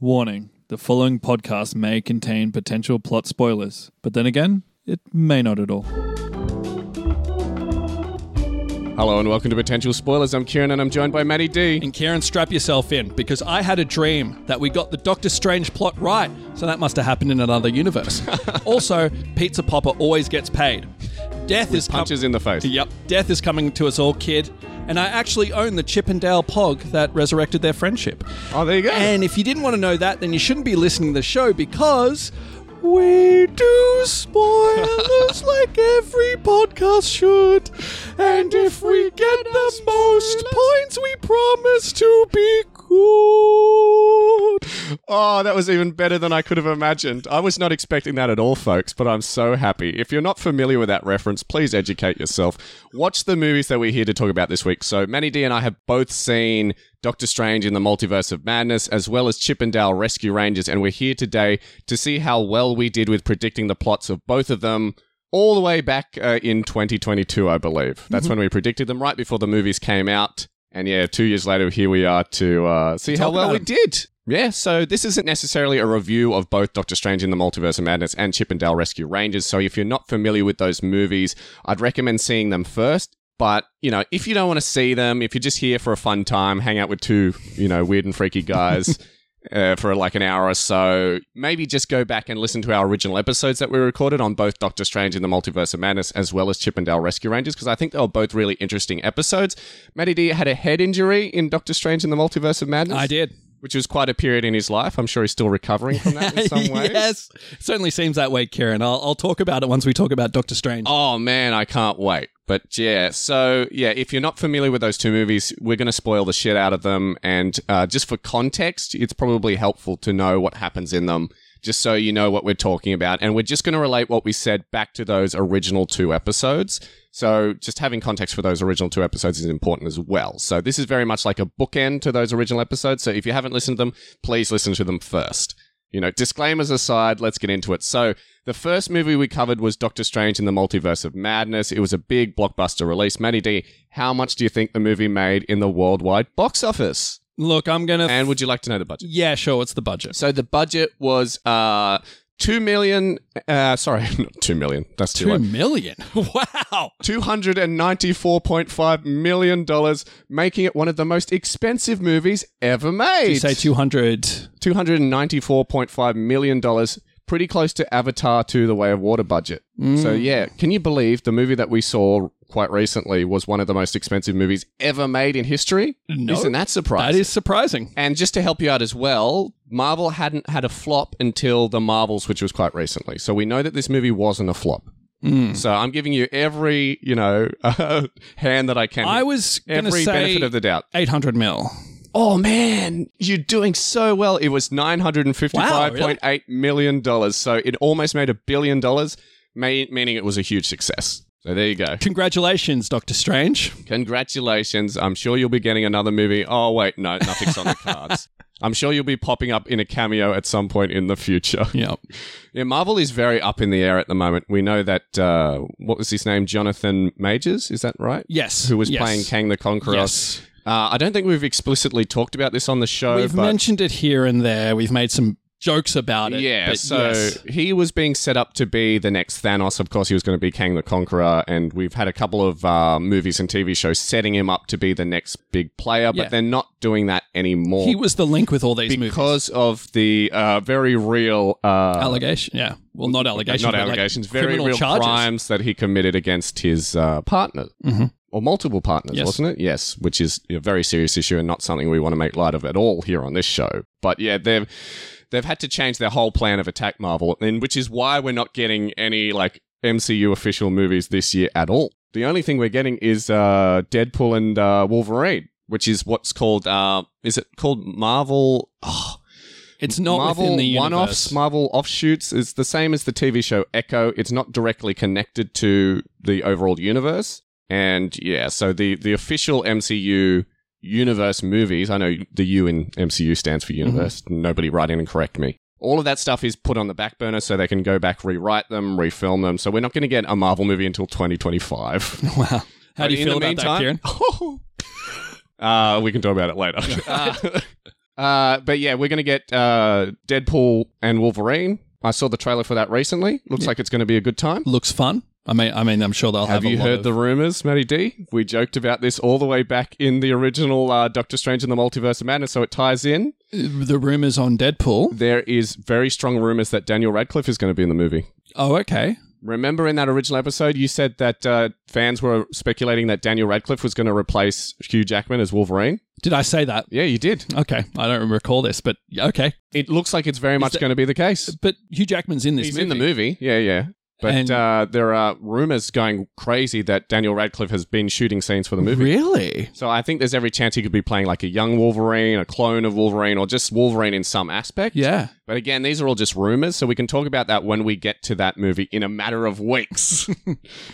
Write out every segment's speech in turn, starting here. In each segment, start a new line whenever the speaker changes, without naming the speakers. Warning the following podcast may contain potential plot spoilers, but then again, it may not at all.
Hello and welcome to Potential Spoilers. I'm Kieran and I'm joined by Maddie D.
And Kieran, strap yourself in because I had a dream that we got the Doctor Strange plot right. So that must have happened in another universe. also, Pizza Popper always gets paid. Death is com-
Punches in the face.
Yep, death is coming to us all, kid. And I actually own the Chippendale Pog that resurrected their friendship.
Oh, there you go.
And if you didn't want to know that, then you shouldn't be listening to the show because we do spoilers like every podcast should. And if we get the most points, we promise to be good.
Oh, that was even better than I could have imagined. I was not expecting that at all, folks, but I'm so happy. If you're not familiar with that reference, please educate yourself. Watch the movies that we're here to talk about this week. So, Manny D and I have both seen Doctor Strange in the Multiverse of Madness, as well as Chippendale Rescue Rangers, and we're here today to see how well we did with predicting the plots of both of them. all the way back uh, in 2022, I believe.
Mm-hmm.
That's when we predicted them right before the movies came out. And yeah, two years later, here we are to uh, see how
Talk
well
about
we
them.
did. Yeah, so this isn't necessarily a review of both Doctor Strange in the Multiverse of Madness and Chippendale Rescue Rangers. So if you're not familiar with those movies, I'd recommend seeing them first. But, you know, if you don't want to see them, if you're just here for a fun time, hang out with two, you know, weird and freaky guys uh, for like an hour or so, maybe just go back and listen to our original episodes that we recorded on both Doctor Strange in the Multiverse of Madness as well as Chippendale Rescue Rangers, because I think they were both really interesting episodes. Matty D had a head injury in Doctor Strange in the Multiverse of Madness.
I did.
Which was quite a period in his life. I'm sure he's still recovering from that in some ways.
yes, certainly seems that way, Kieran. I'll, I'll talk about it once we talk about Doctor Strange.
Oh man, I can't wait. But yeah, so yeah, if you're not familiar with those two movies, we're going to spoil the shit out of them. And uh, just for context, it's probably helpful to know what happens in them, just so you know what we're talking about. And we're just going to relate what we said back to those original two episodes. So just having context for those original two episodes is important as well. So this is very much like a bookend to those original episodes. So if you haven't listened to them, please listen to them first. You know, disclaimers aside, let's get into it. So, the first movie we covered was Doctor Strange in the Multiverse of Madness. It was a big blockbuster release. Matty D, how much do you think the movie made in the worldwide box office?
Look, I'm gonna.
And would you like to know the budget?
yeah, sure. It's the budget.
So, the budget was uh, 2 million. Uh, sorry, not 2 million. That's too
Two
low.
million. Wow.
$294.5 million, making it one of the most expensive movies ever made.
You say two hundred.
$294.5 million, pretty close to Avatar 2 The Way of Water budget.
Mm.
So, yeah, can you believe the movie that we saw quite recently was one of the most expensive movies ever made in history?
No.
Isn't that surprising?
That is surprising.
and just to help you out as well, Marvel hadn't had a flop until The Marvels, which was quite recently. So we know that this movie wasn't a flop.
Mm.
So I'm giving you every, you know, hand that I can.
I was gonna
every
say
benefit of the doubt.
800 mil.
Oh man, you're doing so well. It was nine hundred and fifty-five point eight million dollars. So it almost made a billion dollars, ma- meaning it was a huge success. So there you go.
Congratulations, Doctor Strange.
Congratulations. I'm sure you'll be getting another movie. Oh wait, no, nothing's on the cards. I'm sure you'll be popping up in a cameo at some point in the future.
Yep.
Yeah, Marvel is very up in the air at the moment. We know that uh, what was his name, Jonathan Majors? Is that right?
Yes.
Who was
yes.
playing Kang the Conqueror?
Yes.
Uh, I don't think we've explicitly talked about this on the show.
We've
but-
mentioned it here and there. We've made some jokes about it.
Yeah,
but
so
yes.
he was being set up to be the next Thanos. Of course, he was going to be Kang the Conqueror, and we've had a couple of uh, movies and TV shows setting him up to be the next big player, but
Yeah.
they're not doing that anymore
he was the link with all these movies.
because of the uh, very real. Uh,
Allegation, yeah. Well, not allegations.
not
but, like,
allegations, very
criminal
real
charges. Mm-hmm.
crimes that he committed against his uh, partner. Or multiple partners,
Yes.
wasn't it? Yes, which is a very serious issue and not something we want to make light of at all here on this show. But yeah, they've they've had to change their whole plan of attack Marvel, and which is why we're not getting any like MCU official movies this year at all. The only thing we're getting is uh, Deadpool and uh, Wolverine, which is what's called uh, is it called Marvel? Oh,
It's not
Marvel
within the universe.
one-offs, Marvel offshoots. It's the same as the TV show Echo. It's not directly connected to the overall universe. And yeah, so the the official MCU universe movies. I know the U in MCU stands for universe.
Mm-hmm.
Nobody write in and correct me. All of that stuff is put on the back burner so they can go back, rewrite them, refilm them. So we're not going to get a Marvel movie until 2025.
wow. How
But
do you
in
feel
the
about that, Kieran? Ah.
meantime- Uh, we can talk about it later. Uh, Uh, but yeah, we're going to get uh, Deadpool and Wolverine. I saw the trailer for that recently. Looks like it's going to be a good time.
Looks fun. I mean, I mean, I'm sure they'll have.
Have
a
you
lot
heard
of-
the rumors, Matty D? We joked about this all the way back in the original uh, Doctor Strange and the Multiverse of Madness, so it ties in.
the rumors on Deadpool?
There is very strong rumors that Daniel Radcliffe is going to be in the movie.
Oh, okay.
Remember in that original episode, you said that uh, fans were speculating that Daniel Radcliffe was going to replace Hugh Jackman as Wolverine?
Did I say that?
Yeah, you did.
Okay, I don't recall this, but yeah, okay.
It looks like it's very much
that-
going to be the case.
But Hugh Jackman's in this.
He's
movie.
in the movie. Yeah, yeah. But
And-
uh, there are rumors going crazy that Daniel Radcliffe has been shooting scenes for the movie.
Really?
So I think there's every chance he could be playing like a young Wolverine, a clone of Wolverine, or just Wolverine in some aspect.
Yeah.
But again, these are all just rumors, so we can talk about that when we get to that movie in a matter of weeks.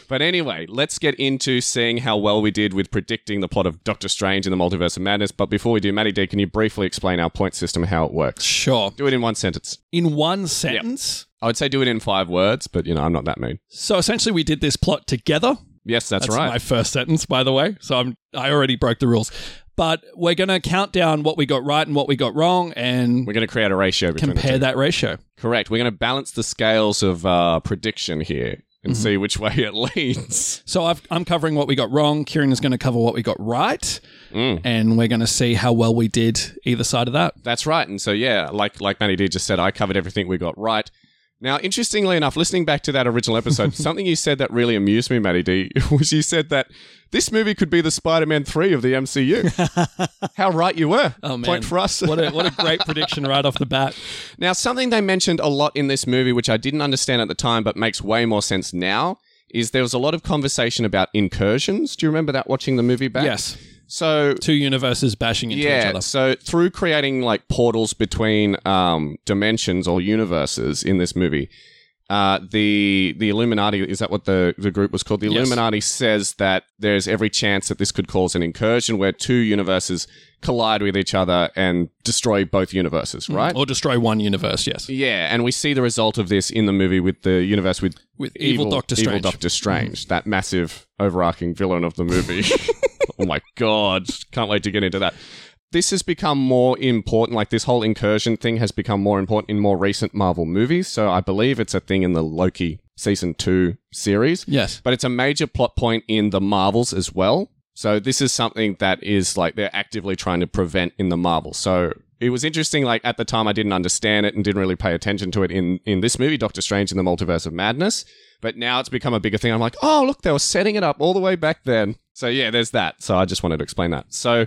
but anyway, let's get into seeing how well we did with predicting the plot of Doctor Strange in the Multiverse of Madness. But before we do, Matty D, can you briefly explain our point system, how it works?
Sure.
Do it in one sentence.
In one sentence.
I would say do it in five words, but you know, I'm not that mean.
So essentially, we did this plot together.
Yes, that's,
That's
right.
my first sentence, by the way. So I'm I already broke the rules. But we're going to count down what we got right and what we got wrong, and
We're going to create a ratio between the
compare
two.
that ratio.
Correct. We're going to balance the scales of uh, prediction here and
Mm-hmm.
see which way it leans.
So I've, I'm covering what we got wrong. Kieran is going to cover what we got right,
Mm.
and we're going to see how well we did either side of that.
That's right. And so, yeah, like like Manny D just said, I covered everything we got right. Now, interestingly enough, listening back to that original episode, something you said that really amused me, Matty D, was you said that this movie could be the Spider-Man 3 of the MCU. How right you were.
Oh, man.
Point for us.
What a what a great prediction right off the bat.
Now, something they mentioned a lot in this movie, which I didn't understand at the time, but makes way more sense now, is there was a lot of conversation about incursions. Do you remember that watching the movie back?
Yes,
So.
two universes bashing into each
Yeah,
other.
so through creating like portals between um, dimensions or universes in this movie, uh, the the Illuminati is that what the, the group was called? The
Yes.
Illuminati says that there's every chance that this could cause an incursion where two universes collide with each other and destroy both universes, right?
Or destroy one universe. Yes,
Yeah, and we see the result of this in the movie with the universe with
with evil, Doctor
evil
Strange. Mm.
Doctor Strange, that massive overarching villain of the movie. oh my god, can't wait to get into that. This has become more important. Like this whole incursion thing has become more important in more recent Marvel movies. So I believe it's a thing in the Loki season two series
Yes.
but it's a major plot point in the Marvels as well. So this is something that is like they're actively trying to prevent in the Marvel. So it was interesting. Like at the time, I didn't understand it and didn't really pay attention to it in in this movie, Doctor Strange in the Multiverse of Madness. But now it's become a bigger thing. I'm like, oh look, they were setting it up all the way back then. So yeah, there's that. So I just wanted to explain that. So.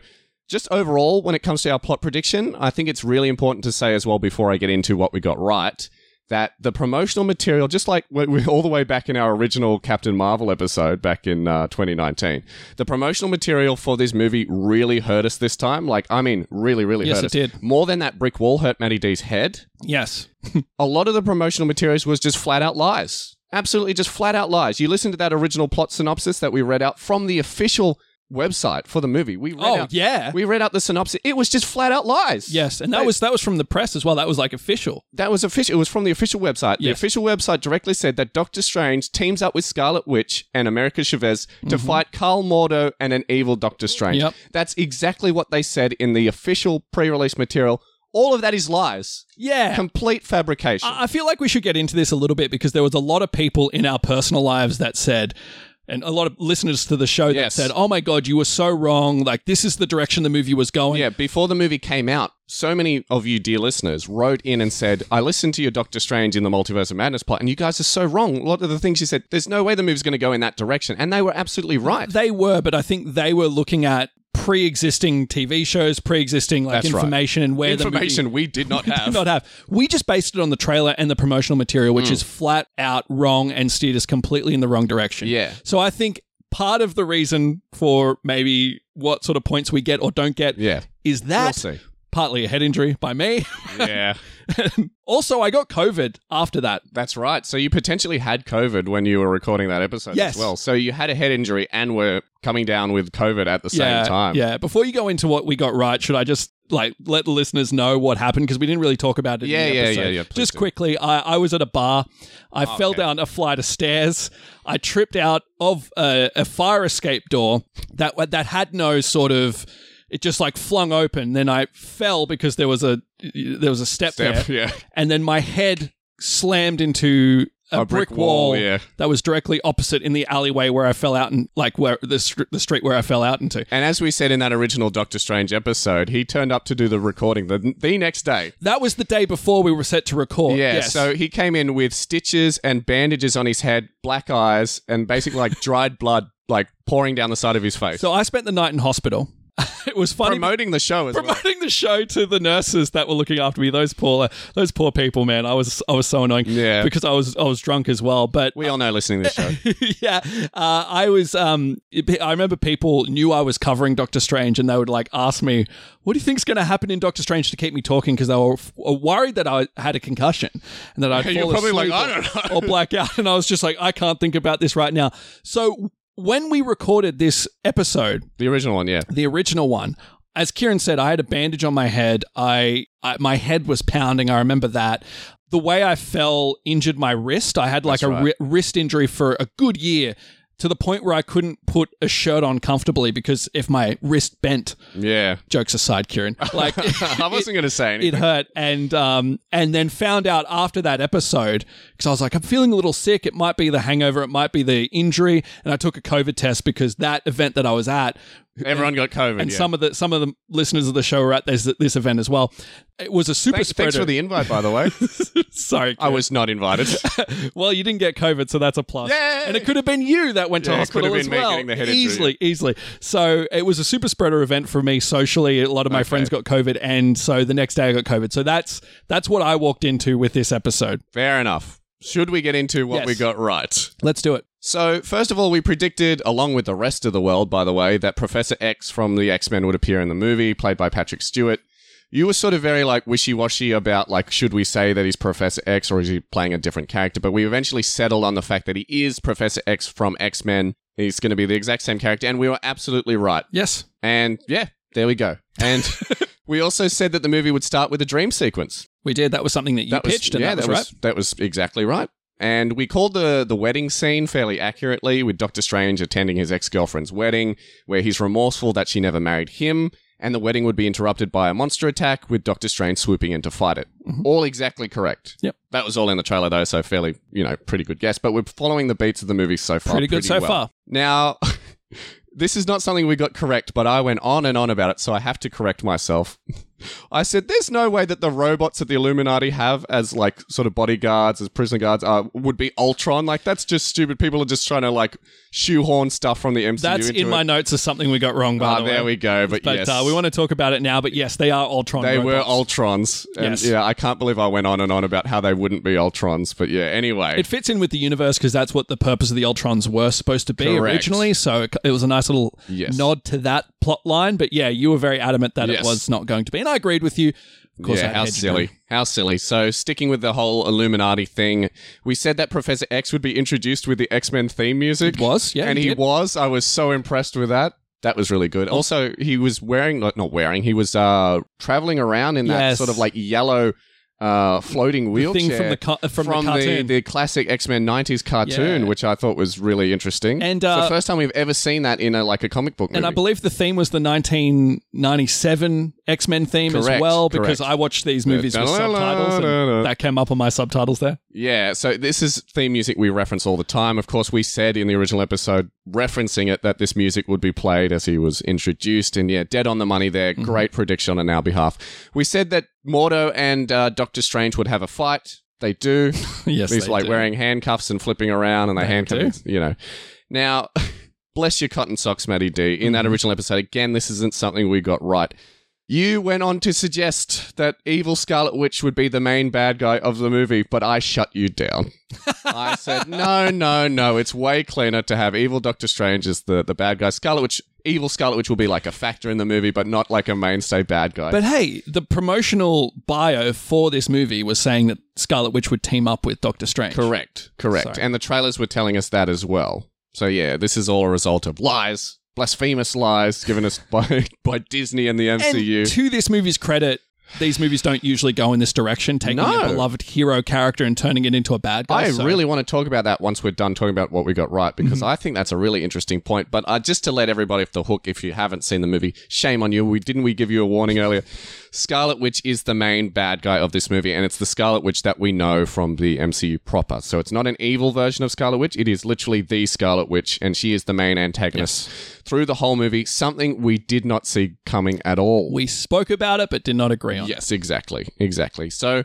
Just overall, when it comes to our plot prediction, I think it's really important to say as well before I get into what we got right that the promotional material, just like we we're all the way back in our original Captain Marvel episode back in uh, 2019, the promotional material for this movie really hurt us this time. Like, I mean, really, really
Yes,
hurt
it
us.
did.
More than that brick wall hurt Matty D's head.
Yes.
A lot of the promotional materials was just flat out lies. Absolutely just flat out lies. You listen to that original plot synopsis that we read out from the official website for the movie. We read
Oh
out,
yeah.
we read out the synopsis. It was just flat out lies.
yes, and that
They-
was that was from the press as well. That was like official.
That was official. It was from the official website. The
Yes.
official website directly said that Doctor Strange teams up with Scarlet Witch and America Chavez to fight Carl Mordo and an evil Doctor Strange.
Mm-hmm. Yep.
That's exactly what they said in the official pre-release material. All of that is lies,
Yeah. Uh,
complete fabrication.
I I feel like we should get into this a little bit because there was a lot of people in our personal lives that said, and a lot of listeners to the show that
Yes.
said, "Oh my god, you were so wrong! Like this is the direction the movie was going."
yeah, before the movie came out, so many of you dear listeners wrote in and said, "I listened to your Doctor Strange in the Multiverse of Madness plot, and you guys are so wrong. A lot of the things you said, there's no way the movie's going to go in that direction," and they were absolutely right.
They were, but I think they were looking at pre-existing TV shows, pre-existing like
That's right.
information and where
Information
the
we did not
movie
have.
did not have. We just based it on the trailer and the promotional material,
Mm.
which is flat out wrong and steered us completely in the wrong direction.
Yeah.
So I think part of the reason for maybe what sort of points we get or don't get
yeah,
is
we'll
that
see.
partly a head injury by me.
Yeah.
also, I got COVID after that.
That's right. So you potentially had COVID when you were recording that episode
Yes.
as well. So you had a head injury and were coming down with COVID at the
yeah,
same time.
Yeah. Before you go into what we got right, should I just like let the listeners know what happened because we didn't really talk about it.
Yeah,
in the
yeah,
episode.
yeah, yeah, please
Just
do. Oh,
quickly, I, I was at a bar. I fell
okay.
down a flight of stairs. I tripped out of a, a fire escape door that that had no sort of it just like flung open. Then I fell because there was a there was a step,
Step,
there,
yeah.
and then my head slammed into a, brick, wall,
yeah.
that was directly opposite in the alleyway where I fell out and like where the str- the street where I fell out into.
And as we said in that original Doctor Strange episode, he turned up to do the recording the, the next day.
That was the day before we were set to record.
Yeah,
Oh, yes.
so he came in with stitches and bandages on his head, black eyes, and basically like dried blood like pouring down the side of his face.
So I spent the night in hospital. it was funny.
promoting the show as well.
promoting the show to the nurses that were looking after me. Those poor, those poor people, man. I was, I was so annoying.
Yeah.
because I was, I was drunk as well. But
We all know listening to this show.
yeah, uh, I was. Um, it- I remember people knew I was covering Doctor Strange, and they would like ask me, "What do you think's going to happen in Doctor Strange?" to keep me talking because they were f- uh, worried that I had a concussion and that I'd
You're
fall
probably
asleep
like, "I
or-
don't know."
or black out. And I was just like, I can't think about this right now. So when we recorded this episode
The original one, yeah.
the original one. As Kieran said, I had a bandage on my head. I, I my head was pounding. I remember that. The way I fell injured my wrist. I had like a
That's right.
wri- wrist injury for a good year to the point where I couldn't put a shirt on comfortably because if my wrist bent,
Yeah.
jokes aside, Kieran, like
I wasn't going to say anything.
it hurt and um and then found out after that episode because I was like I'm feeling a little sick it might be the hangover it might be the injury and I took a covid test because that event that I was at
Everyone got COVID.
and
yeah.
some of the some of the listeners of the show were at this this event as well. It was a super
thanks,
spreader.
thanks for the invite, by the way.
Sorry,
I was not invited.
well, you didn't get COVID, so that's a plus.
Yay!
And it could have been you that went to
Yeah, it could
hospital
have been
as
me
well.
getting the head injury.
easily, easily. So it was a super spreader event for me socially. A lot of my friends got COVID, and so the next day I got COVID. So that's that's what I walked into with this episode.
Fair enough. Should we get into what
Yes.
we got right?
Let's do it.
So, first of all, we predicted, along with the rest of the world, by the way, that Professor X from the X Men would appear in the movie, played by Patrick Stewart. You were sort of very like wishy washy about like, should we say that he's Professor X or is he playing a different character? But we eventually settled on the fact that he is Professor X from X Men. He's going to be the exact same character, and we were absolutely right.
Yes.
And yeah, there we go. And we also said that the movie would start with a dream sequence
We did. That was something that you pitched, and that, was, right.
that was exactly right. And we called the the wedding scene fairly accurately with Doctor Strange attending his ex girlfriend's wedding, where he's remorseful that she never married him, and the wedding would be interrupted by a monster attack with Doctor Strange swooping in to fight it. All exactly correct.
Mm-hmm. Yep.
That was all in the trailer though, so fairly you know pretty good guess. But we're following the beats of the movie so far.
Pretty good so
well.
far.
Now. This is not something we got correct, but I went on and on about it, so I have to correct myself. I said, "There's no way that the robots that the Illuminati have as like sort of bodyguards, as prisoner guards, uh, would be Ultron. Like that's just stupid. People are just trying to like shoehorn stuff from the MCU
That's
into
in
it.
my notes as something we got wrong. By
Ah,
the way,
there we go. But,
But
yes,
uh, we want to talk about it now. But yes, they are Ultron.
they
robots.
were Ultrons. And,
Yes.
Yeah, I can't believe I went on and on about how they wouldn't be Ultrons. But yeah, anyway,
It fits in with the universe because that's what the purpose of the Ultrons were supposed to be
Correct.
originally. So it, it was a nice little
Yes.
nod to that plot line. But yeah, you were very adamant that it
Yes.
was not going to be, and I agreed with you. Of course, I
yeah, how
hedged
silly.
it.
How silly. So, sticking with the whole Illuminati thing, we said that Professor X would be introduced with the X Men theme music.
It was, yeah,
And
he
he
did. Oh.
was. I was so impressed with that. That was really good. Also, he was wearing, like, not wearing, he was uh, traveling around in that
Yes.
sort of like yellow uh, floating wheelchair.
thing from the ca- uh, from the cartoon.
the classic X Men 90s cartoon,
Yeah.
which I thought was really interesting.
And,
It's
uh,
the first time we've ever seen that in a, like a comic book movie.
And I believe the theme was the 1997 X Men theme as
Correct,
well, because
correct.
I watched these movies with subtitles,
Da-da-da-da-da.
and that came up on my subtitles there.
Yeah, so this is theme music we reference all the time. Of course, we said in the original episode, referencing it, that this music would be played as he was introduced. And yeah, dead on the money there. Great prediction on our behalf. We said that Mordo and uh, Doctor Strange would have a fight. They do.
yes,
He's
they
like
do.
wearing handcuffs and flipping around, and they,
They
handcuff. You know, now bless your cotton socks, Matty D. In
Mm-hmm.
that original episode, again, this isn't something we got right. You went on to suggest that evil Scarlet Witch would be the main bad guy of the movie, but I shut you down. I said, no, no, no. It's way cleaner to have evil Doctor Strange as the, the bad guy. Scarlet Witch, evil Scarlet Witch will be like a factor in the movie, but not like a mainstay bad guy.
But hey, the promotional bio for this movie was saying that Scarlet Witch would team up with Doctor Strange.
Correct, correct.
Sorry.
And the trailers were telling us that as well. So yeah, this is all a result of lies, blasphemous lies given us by by Disney and the
And
MCU.
to this movie's credit, these movies don't usually go in this direction, taking
No.
a beloved hero character and turning it into a bad guy.
I
so- Mm-hmm.
really want to talk about that once we're done talking about what we got right because I think that's a really interesting point. But uh, just to let everybody off the hook, if you haven't seen the movie, shame on you. We didn't we give you a warning earlier? Scarlet Witch is the main bad guy of this movie, and it's the Scarlet Witch that we know from the MCU proper. So it's not an evil version of Scarlet Witch. It is literally the Scarlet Witch, and she is the main antagonist through the whole movie. Something we did not see coming at all.
we spoke about it but did not agree on. it.
Yes, exactly, exactly. So.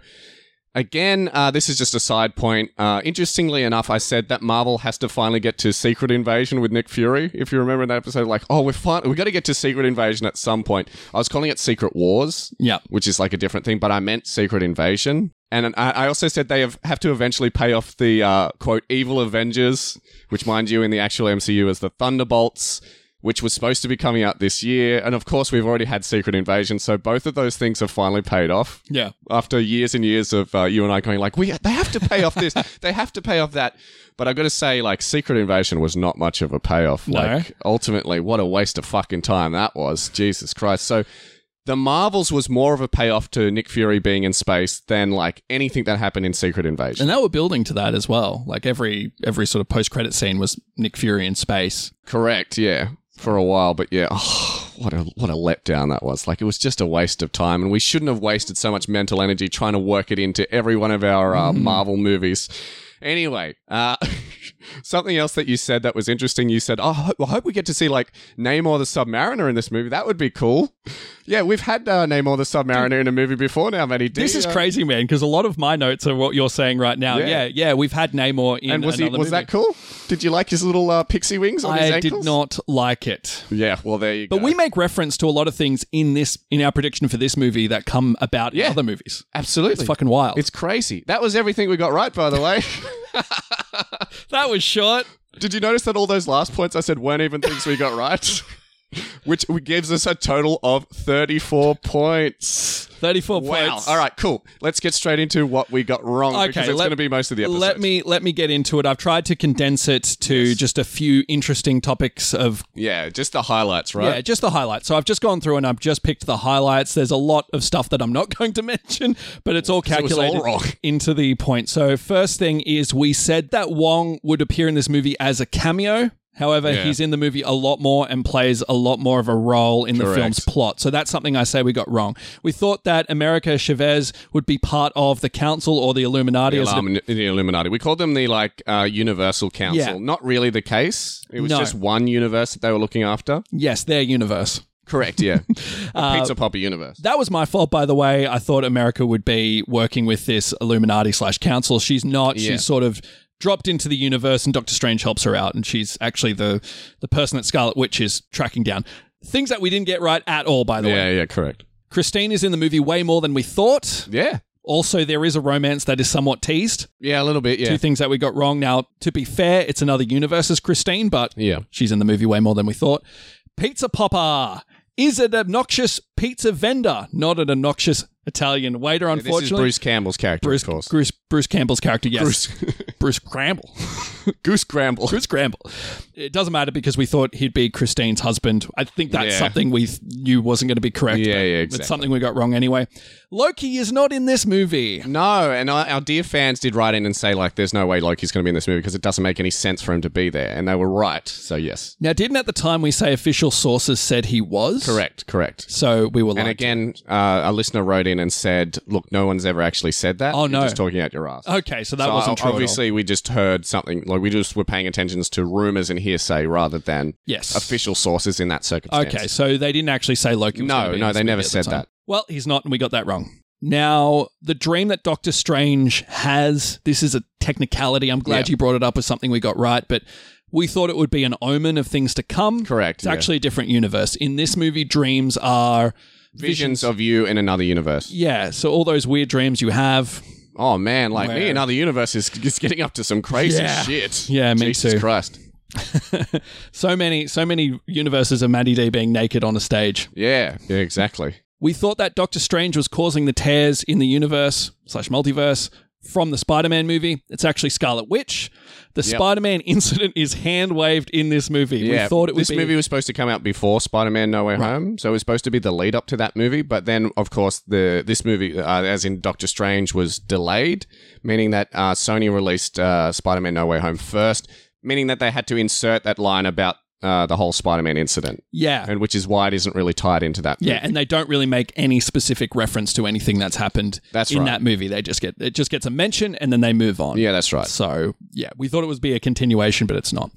Again, uh, this is just a side point. Uh, interestingly enough, I said that Marvel has to finally get to Secret Invasion with Nick Fury. If you remember in that episode, like, oh, we're fin- we got to get to Secret Invasion at some point. I was calling it Secret Wars,
Yeah.
which is like a different thing, but I meant Secret Invasion. And I, I also said they have, have to eventually pay off the uh, quote evil Avengers, which, mind you, in the actual MCU is the Thunderbolts, which was supposed to be coming out this year. And of course, we've already had Secret Invasion, so both of those things have finally paid off
Yeah.
after years and years of uh, you and I going like we they have to pay off this, they have to pay off that. But I've got to say, like Secret Invasion was not much of a payoff.
No.
Like ultimately, what a waste of fucking time that was. Jesus Christ. So the Marvels was more of a payoff to Nick Fury being in space than like anything that happened in Secret Invasion.
And they were building to that as well. Like every every sort of post credit scene was Nick Fury in space.
Correct. Yeah, for a while, but yeah, oh, what a what a letdown that was. Like it was just a waste of time, and we shouldn't have wasted so much mental energy trying to work it into every one of our uh,
Mm-hmm.
Marvel movies. Anyway, uh, something else that you said that was interesting. You said, "Oh, I hope- I hope we get to see like Namor the Submariner in this movie. That would be cool." Yeah, we've had uh, Namor the Submariner in a movie before now, Matty. D.
This is
Uh,
crazy, man, because a lot of my notes are what you're saying right now.
Yeah.
Yeah, yeah, we've had Namor in
And was he,
another
was
movie.
that cool? Did you like his little uh, pixie wings on his
I did
ankles?
not like it.
Yeah, well there you go.
But we make reference to a lot of things in this in our prediction for this movie that come about
Yeah.
in other movies.
absolutely
It's fucking wild.
It's crazy. That was everything we got right, by the way.
that was short.
Did you notice that all those last points I said weren't even things we got right? Which gives us a total of 34 points.
34
Wow.
points.
All right, cool. Let's get straight into what we got wrong because
Okay,
it's
let-
going to be most of the episode.
Let me let me get into it. I've tried to condense it to just a few interesting topics of
yeah, just the highlights, right?
yeah, just the highlights. So I've just gone through and I've just picked the highlights. There's a lot of stuff that I'm not going to mention, but it's all
it was all
calculated
wrong.
into the point. So first thing is we said that Wong would appear in this movie as a cameo. However,
Yeah.
he's in the movie a lot more and plays a lot more of a role in the
Correct.
film's plot. So that's something I say we got wrong. We thought that America Chavez would be part of the council or the Illuminati
The,
as it
Illum- Um, the Illuminati. We called them the like uh, Universal Council.
Yeah.
Not really the case. It was
No.
just one universe that they were looking after.
Yes, their universe.
Correct. Yeah, the Pizza Popper universe.
Uh, That was my fault, by the way. I thought America would be working with this Illuminati slash council. She's not.
Yeah.
She's sort of dropped into the universe, and Doctor Strange helps her out, and she's actually the the person that Scarlet Witch is tracking down. Things that we didn't get right at all, by the way.
yeah, yeah, correct.
Christine is in the movie way more than we thought.
Yeah,
Also, there is a romance that is somewhat teased.
yeah, a little bit. Yeah,
Two things that we got wrong. Now, to be fair, it's another universe as Christine, but
yeah.
She's in the movie way more than we thought. Pizza Popper is an obnoxious pizza vendor, not an obnoxious Italian waiter,
This is
unfortunately.
Bruce Campbell's character, of course.
Bruce, Bruce Campbell's character, yes.
Bruce,
Bruce Campbell.
Goose Gramble.
Bruce Campbell. It doesn't matter because we thought he'd be Christine's husband. I think that's
Yeah.
something we th- knew wasn't going to be correct.
Yeah,
but
yeah,
It's
exactly.
something we got wrong anyway. Loki is not in this movie.
No, and our, our dear fans did write in and say, like, there's no way Loki's going to be in this movie because it doesn't make any sense for him to be there. And they were right. So, yes.
Now, didn't at the time we say official sources said he was?
Correct, correct.
So we were
And
like,
again, uh, a listener wrote in and said, look, no one's ever actually said that.
Oh,
You're
no.
just talking out your ass.
okay, so that
So,
wasn't
o-
true. at all.
Obviously, we just heard something. Like, we just were paying attention to rumors and hearsay rather than
Yes.
official sources in that circumstance.
Okay, so they didn't actually say Loki. Was
No,
gonna be in
no,
this
they
movie
never
at the
said
time.
that.
Well, he's not, and we got that wrong. Now, the dream that Doctor Strange has. This is a technicality. I'm glad
Yeah.
you brought it up as something we got right, but we thought it would be an omen of things to come.
Correct.
It's
yeah.
actually a different universe. In this movie, dreams are
visions of you in another universe.
yeah. So all those weird dreams you have.
Oh man, like me
Where-
and other universes is getting up to some crazy
Yeah.
shit.
Yeah, me
Jesus
too.
Christ.
So many, so many universes of Maddie D being naked on a stage.
Yeah, yeah, exactly.
We thought that Doctor Strange was causing the tears in the universe slash multiverse. from the Spider Man movie. It's actually Scarlet Witch. The Spider Man incident is hand waved in this movie.
Yeah,
we thought it would
this
be.
movie was supposed to come out before Spider-Man: No Way Home, so it was supposed to be the lead up to that movie. But then, of course, the this movie, uh, as in Doctor Strange, was delayed, meaning that uh, Sony released uh, Spider-Man: No Way Home first, meaning that they had to insert that line about uh, the whole Spider-Man incident,
yeah.
and which is why it isn't really tied into that.
yeah,
movie.
and they don't really make any specific reference to anything that's happened
That's
in
right.
that movie. They just get it just gets a mention and then they move on.
yeah, that's right.
So yeah, we thought it would be a continuation, but it's not.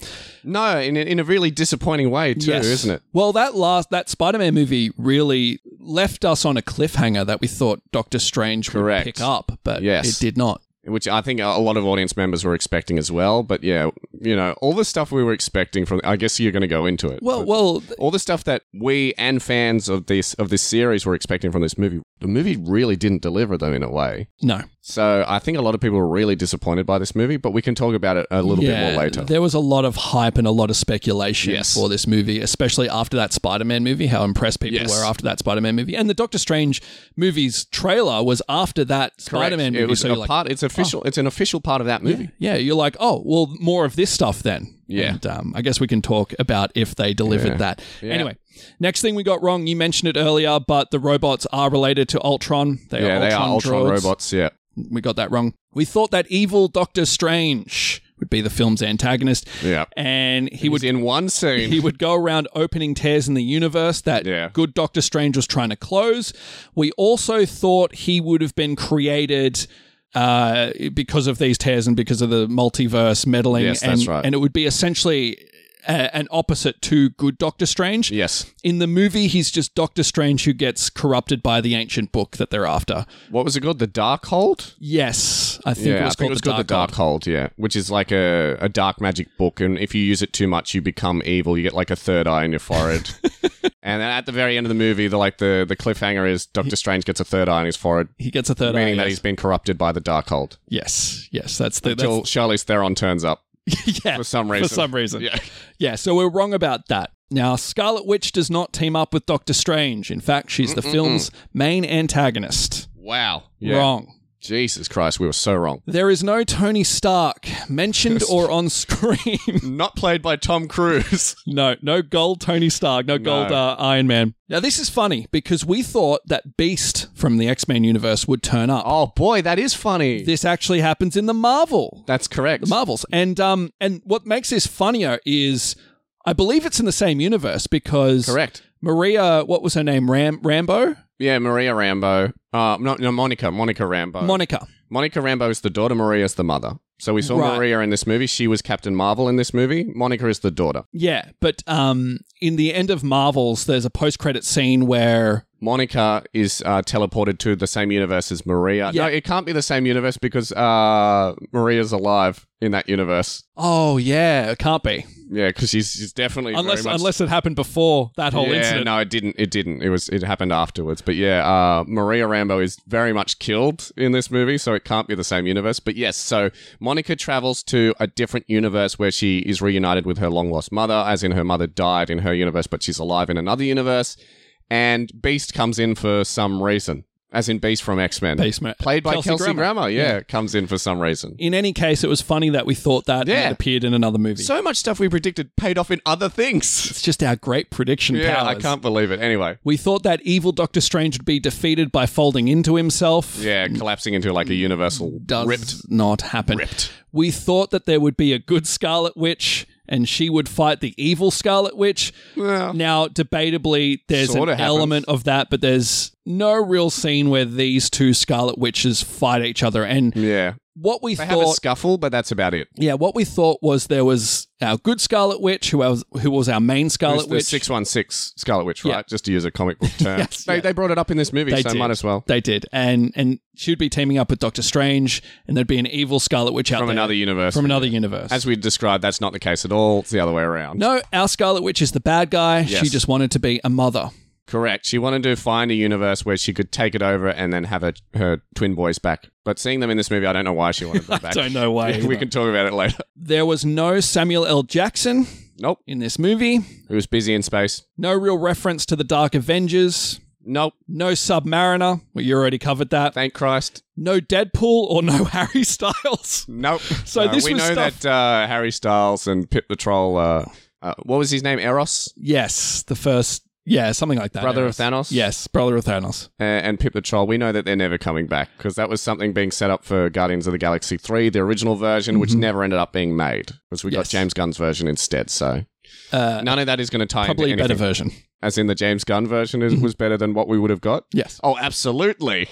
No, in a- in a really disappointing way too,
Yes.
isn't it?
Well, that last that Spider-Man movie really left us on a cliffhanger that we thought Doctor Strange
Correct.
would pick up, but
Yes.
it did not.
which I think a lot of audience members were expecting as well. But yeah, you know, all the stuff we were expecting from. I guess you're going to go into it.
Well,
but
well, th-
all the stuff that we and fans of this of this series were expecting from this movie, the movie really didn't deliver though in a way.
no.
So I think a lot of people were really disappointed by this movie, but we can talk about it a little bit more later.
There was a lot of hype and a lot of speculation
Yes.
for this movie, especially after that Spider Man movie, how impressed people
Yes.
were after that Spider Man movie. And the Doctor Strange movie's trailer was after that
Correct.
Spider Man
It
movie.
was
so
a
you're like,
part. It's official. It's an official part of that movie.
yeah, you're like, oh, well, more of this stuff then.
Yeah.
And, um, I guess we can talk about if they delivered
Yeah.
that. Anyway, next thing we got wrong, you mentioned it earlier, but the robots are related to Ultron. They
Yeah,
are
they are Ultron
droids.
robots. Yeah,
We got that wrong. We thought that evil Doctor Strange would be the film's antagonist.
yeah.
And he
He
would
was in one scene.
he would go around opening tears in the universe that
Yeah.
good Doctor Strange was trying to close. We also thought he would have been created uh, because of these tears and because of the multiverse meddling.
Yes,
and,
that's right.
and it would be essentially a, an opposite to good Doctor Strange.
yes.
In the movie, he's just Doctor Strange who gets corrupted by the ancient book that they're after.
What was it called? The Dark Hold.
Yes, I think it
Yeah, I
was
think
called
it was
the
called the
Dark Hold.
Dark Hold, yeah, which is like a, a dark magic book, and if you use it too much, you become evil. You get like a third eye in your forehead, and then at the very end of the movie, the like the, the cliffhanger is Doctor Strange gets a third eye in his forehead,
He gets a third
meaning
eye.
that
yes.
he's been corrupted by the Dark Hold.
yes, yes, that's the
Until Charlize Theron turns up
that's, yeah
for some
for
reason.
some reason.
yeah,
Yeah, so we're wrong about that. Now, Scarlet Witch does not team up with Doctor Strange. In fact, she's the film's main antagonist.
wow, yeah.
Wrong.
Jesus Christ, we were so wrong.
There is no Tony Stark mentioned or on screen.
Not played by Tom Cruise.
no, no gold Tony Stark, no gold uh, Iron Man. Now, this is funny because we thought that Beast from the X Men universe would turn up.
oh boy, that is funny.
This actually happens in the Marvel
That's correct.
the Marvels. And um, and what makes this funnier is, I believe it's in the same universe because
correct.
Maria, what was her name? Ram Rambo.
Yeah, Maria Rambo. Uh, not no, Monica. Monica Rambo.
Monica.
Monica Rambo is the daughter, Maria is the mother. So we saw
Right.
Maria in this movie. She was Captain Marvel in this movie. Monica is the daughter.
Yeah, but um, in the end of Marvels, there's a post-credit scene where
Monica is uh, teleported to the same universe as Maria.
Yeah.
No, it can't be the same universe because uh, Maria's alive in that universe.
oh yeah, it can't be
Yeah, because she's, she's definitely
unless
very much-
unless it happened before that whole
yeah,
incident.
no, it didn't. It didn't. It was. It happened afterwards. But yeah, uh, Maria Rambo is very much killed in this movie, so it can't be the same universe. But yes, so Monica travels to a different universe where she is reunited with her long lost mother, as in her mother died in her universe, but she's alive in another universe. And Beast comes in for some reason, as in Beast from X Men,
Basement
played by
Kelsey
Kelsey,
Grammer.
Grammer. Yeah, comes in for some reason.
In any case, it was funny that we thought that and
Yeah.
it appeared in another movie.
So much stuff we predicted paid off in other things.
it's just our great prediction
Yeah,
powers.
I can't believe it. Anyway.
We thought that evil Doctor Strange would be defeated by folding into himself.
Yeah, collapsing into like a universal
does
ripped
not happen.
Ripped.
We thought that there would be a good Scarlet Witch and she would fight the evil Scarlet Witch.
Well.
now, debatably, there's
Sorta
an
happens.
element of that, but there's no real scene where these two Scarlet Witches fight each other. And
Yeah.
what we
Mm. They have a
thought,
scuffle, but that's about it.
yeah, what we thought was there was our good Scarlet Witch, who was who was our main Scarlet
It's the
Witch.
616 Scarlet Witch,
Yeah.
right? Just to use a comic book term.
Yes,
they,
yeah.
they brought it up in this movie,
They
so
did.
might as well.
They did, and and she'd be teaming up with Doctor Strange, and there'd be an evil Scarlet Witch out
From
there
another universe.
from another universe.
As we described, that's not the case at all. It's the other way around.
No, our Scarlet Witch is the bad guy. She
Yes.
just wanted to be a mother.
Correct. She wanted to find a universe where she could take it over and then have her, her twin boys back. But seeing them in this movie, I don't know why she wanted them back.
Don't know why.
we can talk about it later.
There was no Samuel L. Jackson
Nope.
in this movie.
It was busy in space.
No real reference to the Dark Avengers.
Nope.
No Submariner. Well, you already covered that.
Thank Christ.
No Deadpool or no Harry Styles.
Nope.
So this
we
was
know
stuff-
that uh, Harry Styles and Pip the Troll. Uh, uh, what was his name? Eros,
Yes, the first. Yeah, something like that.
brother
Uh, Eros.
of Thanos.
Yes, brother of Thanos.
A- and Pip the Troll. We know that they're never coming back because that was something being set up for Guardians of the Galaxy three, the original version, which never ended up being made because we
Mm-hmm. Yes.
got James Gunn's version instead. So
Uh,
none of that is going to tie
probably a
into
better Mm-hmm.
anything.
version.
As in the James Gunn version is, was better than what we would have got.
Yes.
Oh, absolutely.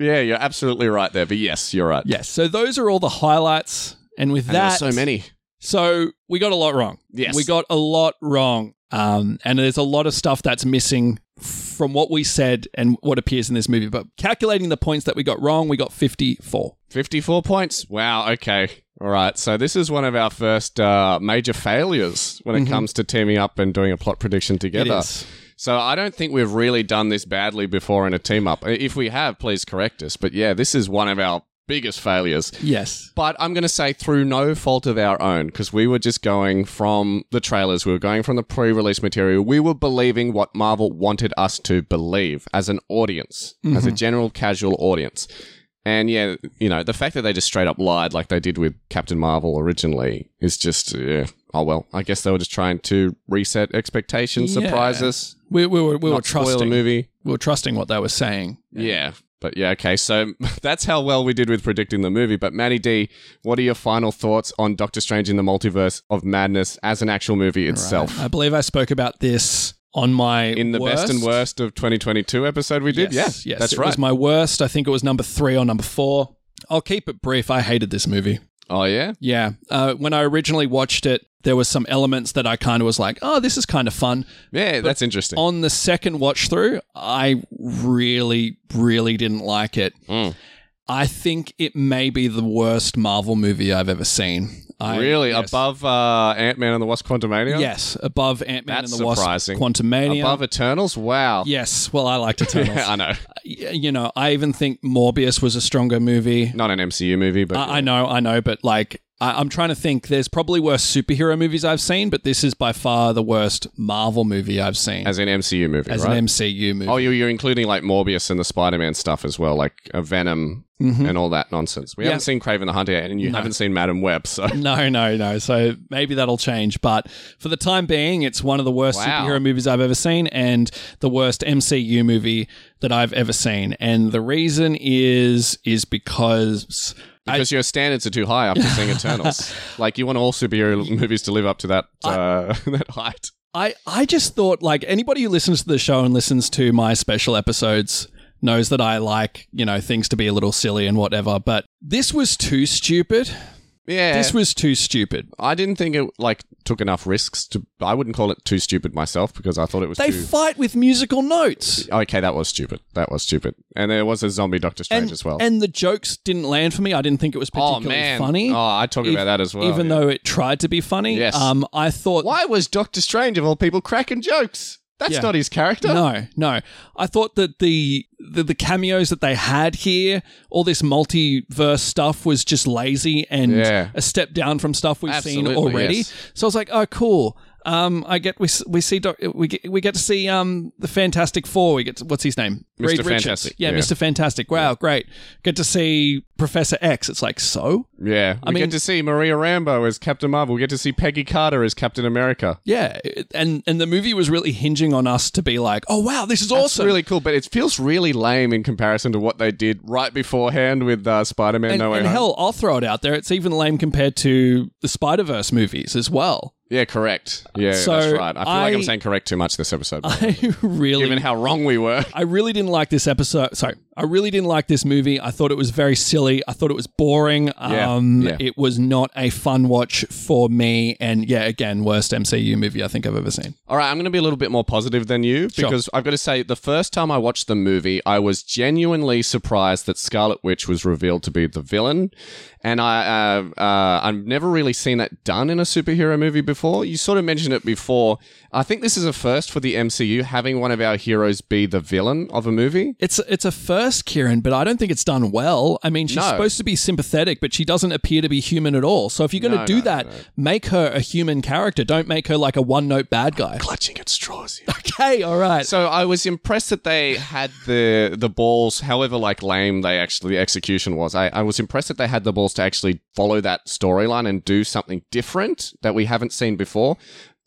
yeah, you're absolutely right there. But yes, you're right.
Yes. So those are all the highlights. And with
And there were
that,
so many.
So we got a lot wrong.
Yes.
We got a lot wrong. Um, and there's a lot of stuff that's missing from what we said and what appears in this movie. But calculating the points that we got wrong, we got 54.
54 points. Wow. Okay. All right. So this is one of our first uh, major failures when it comes to teaming up and doing a plot prediction
Mm-hmm. It
together.
is.
So I don't think we've really done this badly before in a team up. If we have, please correct us. But yeah, this is one of our biggest failures.
Yes.
But I'm going to say through no fault of our own, because we were just going from the trailers, we were going from the pre release material, we were believing what Marvel wanted us to believe as an audience, as a
Mm-hmm.
general casual audience. And yeah, you know, the fact that they just straight up lied like they did with Captain Marvel originally is just, yeah, oh well, I guess they were just trying to reset expectations,
Yeah.
surprise us,
We, we were, we were
not spoil the
trusting.
movie.
We were trusting what they were saying.
Yeah. But yeah, okay. So that's how well we did with predicting the movie. But Matty D, what are your final thoughts on Doctor Strange in the Multiverse of Madness as an actual movie itself?
I believe I spoke about this on my
In the best and worst of 2022 episode we did?
Yes,
yeah.
yes.
That's
it
right.
was my worst. I think it was number three or number four. I'll keep it brief. I hated this movie.
oh, yeah?
Yeah. Uh, when I originally watched it, there was some elements that I kind of was like, oh, this is kind of fun.
Yeah, that's interesting.
On the second watch through, I really, really didn't like it.
Mm.
I think it may be the worst Marvel movie I've ever seen. I,
really?
yes.
Above uh, Ant Man and the Wasp Quantumania?
Yes, above Ant Man and
That's
the Wasp,
surprising.
Quantumania.
Above Eternals? Wow.
yes, well, I liked Eternals.
I know.
Y- You know, I even think Morbius was a stronger movie.
Not an MCU movie, but.
I, I know, I know, but like, I, I'm trying to think. There's probably worse superhero movies I've seen, but this is by far the worst Marvel movie I've seen
As an MCU movie,
as
right?
an MCU movie.
Oh, you- you're including like Morbius and the Spider Man stuff as well, like uh, Venom and all that nonsense.
Mm-hmm.
We
Yeah.
haven't seen Craven the Hunter yet, and you haven't seen Madam Web, so.
No, no, no. So maybe that'll change. But for the time being, it's one of the worst
Wow.
superhero movies I've ever seen and the worst MCU movie that I've ever seen. And the reason is is because
Because your standards are too high after seeing Eternals. like, you want all superhero movies to live up to that uh, that height.
I, I just thought like anybody who listens to the show and listens to my special episodes knows that I like, you know, things to be a little silly and whatever, but this was too stupid.
Yeah.
This was too stupid.
I didn't think it, like, took enough risks to. I wouldn't call it too stupid myself because I thought it was
They
too.
fight with musical notes.
okay, that was stupid. That was stupid. And there was a zombie Doctor Strange as well.
And the jokes didn't land for me. I didn't think it was
oh,
particularly
man.
funny.
Oh, I talk about that as well.
even
yeah.
though it tried to be funny,
Yes.
um, I thought
Why was Doctor Strange, of all people, cracking jokes? That's
Yeah.
not his character.
no, no. I thought that the, the the cameos that they had here, all this multiverse stuff, was just lazy and
Yeah.
a step down from stuff we've seen
Absolutely,
already.
yes.
So I was like, oh, cool. Um, I get we s- we see doc- we get, we get to see um the Fantastic Four. We get to, what's his name,
Mr.
Reed Richards.
Fantastic,
Yeah,
yeah.
Mr. Fantastic. Wow, great. Get to see Professor X. It's like so.
Yeah, we
mean-
get to see Maria Rambo as Captain Marvel. We get to see Peggy Carter as Captain America.
Yeah, it- and and the movie was really hinging on us to be like, oh wow, this is
That's
awesome.
really cool, but it feels really lame in comparison to what they did right beforehand with uh, Spider-Man:
and,
No Way
and
Home.
hell, I'll throw it out there. It's even lame compared to the Spider Verse movies as well.
yeah, correct. Yeah,
So
that's right. I feel like
I-
I'm saying correct too much this episode,
I really,
given how wrong we were.
I really didn't like this episode. Sorry, I really didn't like this movie. I thought it was very silly. I thought it was boring.
Yeah,
Um,
yeah.
It was not a fun watch for me. And yeah, again, worst MCU movie I think I've ever seen.
All right, I'm going to be a little bit more positive than you because I've got to say, the first time I watched the movie, I was genuinely surprised that Scarlet Witch was revealed to be the villain, and I uh, uh, I've never really seen that done in a superhero movie before. You sort of mentioned it before. I think this is a first for the MCU having one of our heroes be the villain of a movie.
It's it's a
reverse Kieran, but I don't think it's done well. I mean, she's
No.
supposed to be sympathetic, but she doesn't appear to be human at all. So if you're going to
No,
do
no,
that,
no.
make her a human character. Don't make her like a one note bad guy.
Clutching at straws.
Okay, all right.
So I was impressed that they had the the balls, however like lame they actually the execution was. I, I was impressed that they had the balls to actually follow that storyline and do something different that we haven't seen before.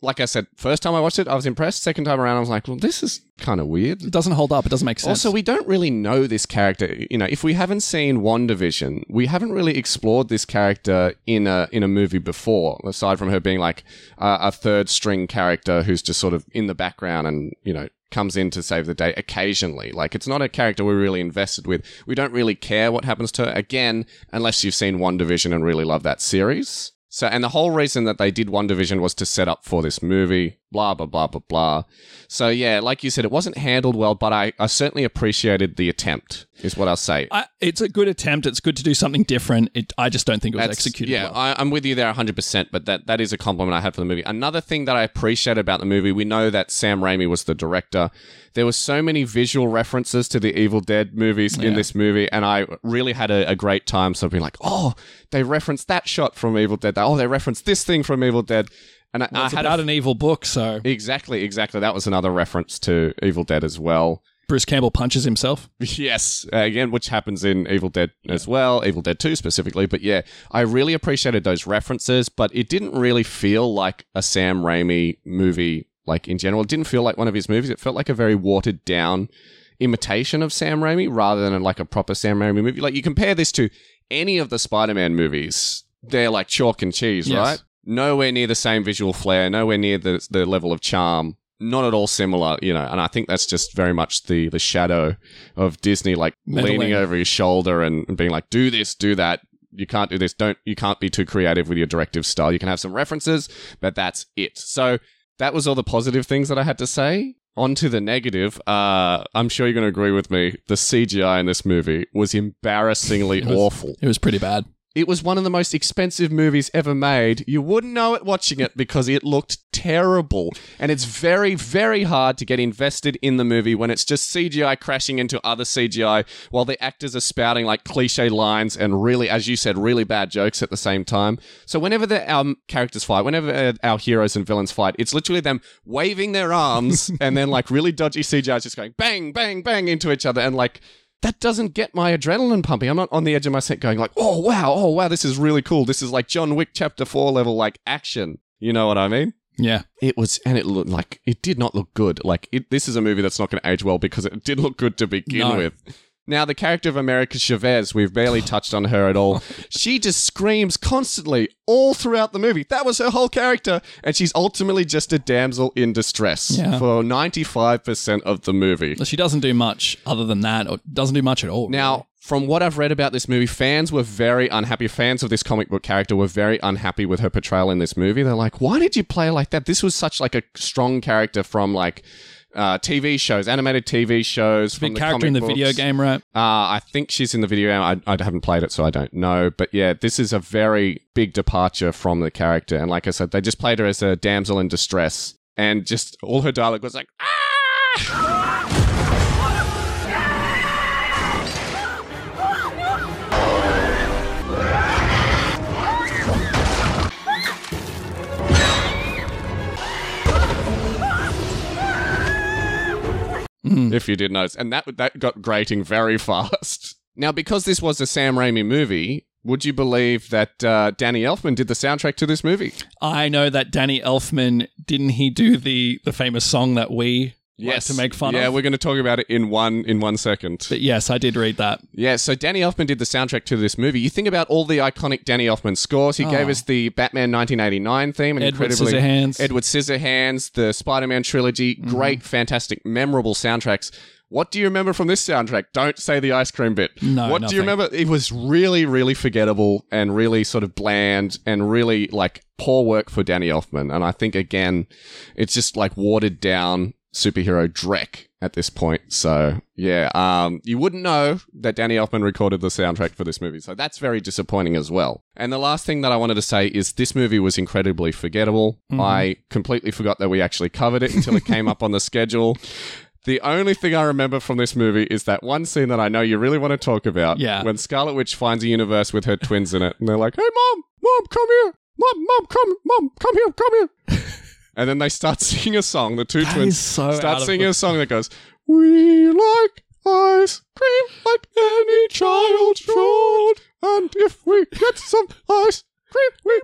Like I said, first time I watched it, I was impressed. Second time around, I was like, well, this is kind of weird.
it doesn't hold up. It doesn't make sense.
Also, we don't really know this character. You know, if we haven't seen WandaVision, we haven't really explored this character in a in a movie before. Aside from her being like uh, a third string character who's just sort of in the background and you know comes in to save the day occasionally. Like it's not a character we're really invested with. We don't really care what happens to her again, unless you've seen WandaVision and really love that series. So, and the whole reason that they did WandaVision was to set up for this movie, blah, blah, blah, blah, blah. So, yeah, like you said, it wasn't handled well, but I, I certainly appreciated the attempt, is what I'll say.
I, it's a good attempt. It's good to do something different. It, I just don't think it was
That's-
executed
yeah,
well.
I, I'm with you there 100%, but that, that is a compliment I had for the movie. Another thing that I appreciate about the movie, we know that Sam Raimi was the director. There were so many visual references to the Evil Dead movies in this movie, and I really had a, a great time. So being like, oh, they referenced that shot from Evil Dead. Oh, they referenced this thing from Evil Dead. And I, I
it's
had a
about an evil book, so
Exactly, exactly. That was another reference to Evil Dead as well.
Bruce Campbell punches himself.
Yes, uh, again, which happens in Evil Dead as well, Evil Dead 2 specifically. But yeah, I really appreciated those references, but it didn't really feel like a Sam Raimi movie, like in general. It didn't feel like one of his movies. It felt like a very watered down imitation of Sam Raimi rather than like a proper Sam Raimi movie. Like you compare this to any of the Spider Man movies, they're like chalk and cheese,
Yes.
right? Nowhere near the same visual flair, nowhere near the, the level of charm, not at all similar, you know. And I think that's just very much the, the shadow of Disney, like
Meddling.
leaning over his shoulder and, and being like, do this, do that. You can't do this. Don't, you can't be too creative with your directive style. You can have some references, but that's it. So that was all the positive things that I had to say. On to the negative. Uh, I'm sure you're going to agree with me. The CGI in this movie was embarrassingly
It was-
awful.
It was pretty bad.
It was one of the most expensive movies ever made. You wouldn't know it watching it because it looked terrible. And it's very, very hard to get invested in the movie when it's just CGI crashing into other CGI while the actors are spouting like cliche lines and really, as you said, really bad jokes at the same time. So whenever the um, characters fight, whenever uh, our heroes and villains fight, it's literally them waving their arms and then like really dodgy CGI just going bang, bang, bang into each other and like that doesn't get my adrenaline pumping. I'm not on the edge of my seat going like, oh wow, oh wow, this is really cool. This is like John Wick chapter four level like action. You know what I mean?
Yeah.
It was, and it looked like it did not look good. Like it, this is a movie that's not going to age well because it did look good to begin
No.
with. Now the character of America Chavez, we've barely touched on her at all. She just screams constantly all throughout the movie. That was her whole character, and she's ultimately just a damsel in distress
Yeah.
for ninety five percent of the movie.
She doesn't do much other than that, or doesn't do much at all.
Now, from what I've read about this movie, fans were very unhappy. Fans of this comic book character were very unhappy with her portrayal in this movie. They're like, "Why did you play like that? This was such like a strong character from like uh, TV shows, animated TV shows, from
big
the
character in the
comic
video
books.
game, right?
Uh, I think she's in the video. I, I haven't played it, so I don't know. But yeah, this is a very big departure from the character. And like I said, they just played her as a damsel in distress, and just all her dialogue was like, "Ah!" if you did notice. And that that got grating very fast. Now, because this was a Sam Raimi movie, would you believe that uh, Danny Elfman did the soundtrack to this movie?
I know that Danny Elfman didn't he do the the famous song that we like to make fun
yeah,
of?
we're going to talk about it in one in one second.
but yes, I did read that.
Yeah, so Danny Elfman did the soundtrack to this movie. You think about all the iconic Danny Elfman scores. He gave us the Batman 1989 theme, and
Oh. Edward
incredibly
Scissorhands. Mm-hmm.
Edward Scissorhands, the Spider-Man trilogy. Great, fantastic, memorable soundtracks. What do you remember from this soundtrack? Don't say the ice cream bit.
No,
What do you
nothing.
remember? It was really, really forgettable and really sort of bland and really like poor work for Danny Elfman. And I think again, it's just like watered down superhero dreck at this point. So yeah, um, you wouldn't know that Danny Elfman recorded the soundtrack for this movie. So that's very disappointing as well. And the last thing that I wanted to say is this movie was
Mm-hmm.
incredibly forgettable. I completely forgot that we actually covered it until it came up on the schedule. The only thing I remember from this movie is that one scene that I know you really want to talk about.
Yeah.
When Scarlet Witch finds a universe with her twins in it, and they're like, "Hey, mom, mom, come here, mom, mom, come, mom, come here, come here," and then they start singing a song. The two
That
twins
is so out
start
of
singing a song that goes, "We like ice cream like any child should, and if we get some ice cream, we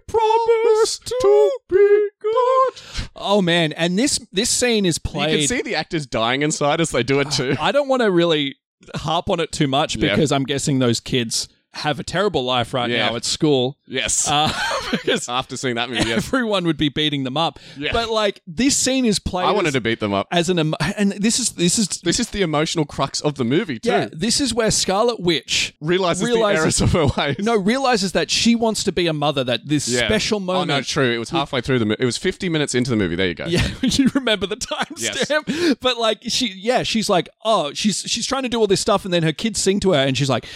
promise to be good."
Oh man, and this this scene is played.
You can see the actors dying inside as they do it too.
I don't want to really harp on it too much
Yeah.
because I'm guessing those kids have a terrible life right
Yeah.
now at school.
yes.
Uh, because
After seeing that movie, yes.
everyone would be beating them up.
Yeah.
But like this scene is played
I wanted
as,
to beat them up.
as an emo- and this is this is
This is the emotional crux of the movie too.
yeah, this is where Scarlet Witch
Realizes,
Realizes-
the errors of her ways.
no realizes that she wants to be a mother that this
Yeah.
special moment
Oh no, true. It was halfway through the. Mo- it was fifty minutes into the movie. There you go.
Yeah, you remember the timestamp. But like she yeah, she's like, oh, she's she's trying to do all this stuff and then her kids sing to her and she's like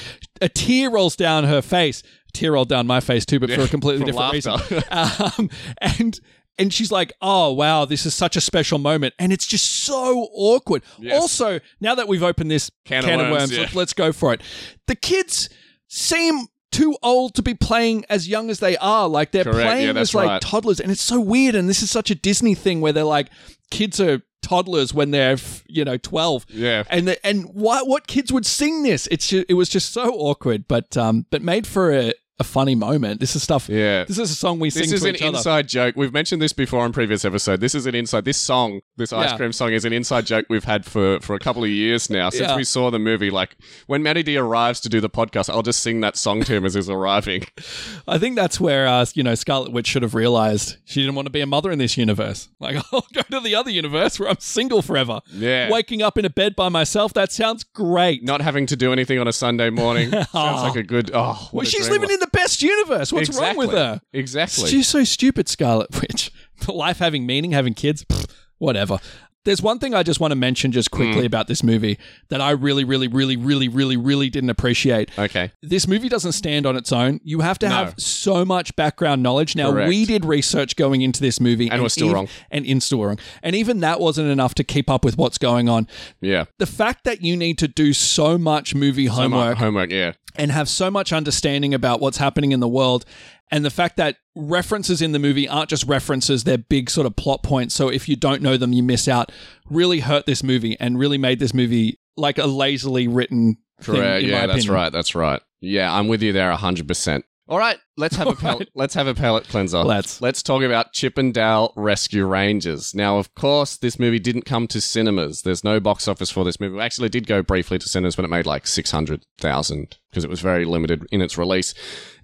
a tear rolls down her face. tear rolled down my face too, but for a completely
from
different reason.
laughter.
Um, and and she's like, "Oh wow, this is such a special moment," and it's just so awkward.
Yes.
Also, now that we've opened this
Can of
of
worms,
worms,
yeah.
let- let's go for it. The kids seem too old to be playing as young as they are. Like they're
Correct.
playing
Yeah, that's
as like
right.
toddlers, and it's so weird. And this is such a Disney thing where they're like, kids are toddlers when they're f- you know twelve.
Yeah.
And the, and why what kids would sing this? It's ju- it was just so awkward, but um, but made for a, a funny moment. This is stuff.
Yeah.
This is a song we sing
This is
to
an
each other.
inside joke. We've mentioned this before on previous episode. This is an inside. This song, this ice
Yeah.
cream song, is an inside joke we've had for, for a couple of years now since
Yeah.
we saw the movie. Like when Matty D arrives to do the podcast, I'll just sing that song to him as he's arriving.
I think that's where uh, you know Scarlet Witch should have realized she didn't want to be a mother in this universe. Like I'll go to the other universe where I'm single forever.
Yeah.
Waking up in a bed by myself. That sounds great.
Not having to do anything on a Sunday morning sounds like a good. Oh, what
well,
a
she's
dream
living in the best universe. What's wrong with
Exactly.
her?
Exactly.
She's so stupid, Scarlet Witch. Life having meaning, having kids, pfft, whatever. There's one thing I just want to mention just quickly about this movie that I really, really, really, really, really, really didn't appreciate.
Okay.
This movie doesn't stand on its own. You have to have so much background knowledge. Now,
Correct.
we did research going into this movie.
And we're still
ev-
wrong.
And in still wrong. And even that wasn't enough to keep up with what's going on.
Yeah.
The fact that you need to do so much movie homework
Homework. Yeah.
and have so much understanding about what's happening in the world and the fact that references in the movie aren't just references they're big sort of plot points so if you don't know them you miss out really hurt this movie and really made this movie like a lazily written thing,
Correct.
in
Yeah.
my
That's
opinion.
right. That's right. Yeah. I'm with you there. hundred percent. All right. Let's have a pal- let's have a palate cleanser.
Let's.
let's talk about Chippendale Rescue Rangers. Now, of course, this movie didn't come to cinemas. There's no box office for this movie. Well, Actually, it did go briefly to cinemas, but it made like six hundred thousand because it was very limited in its release.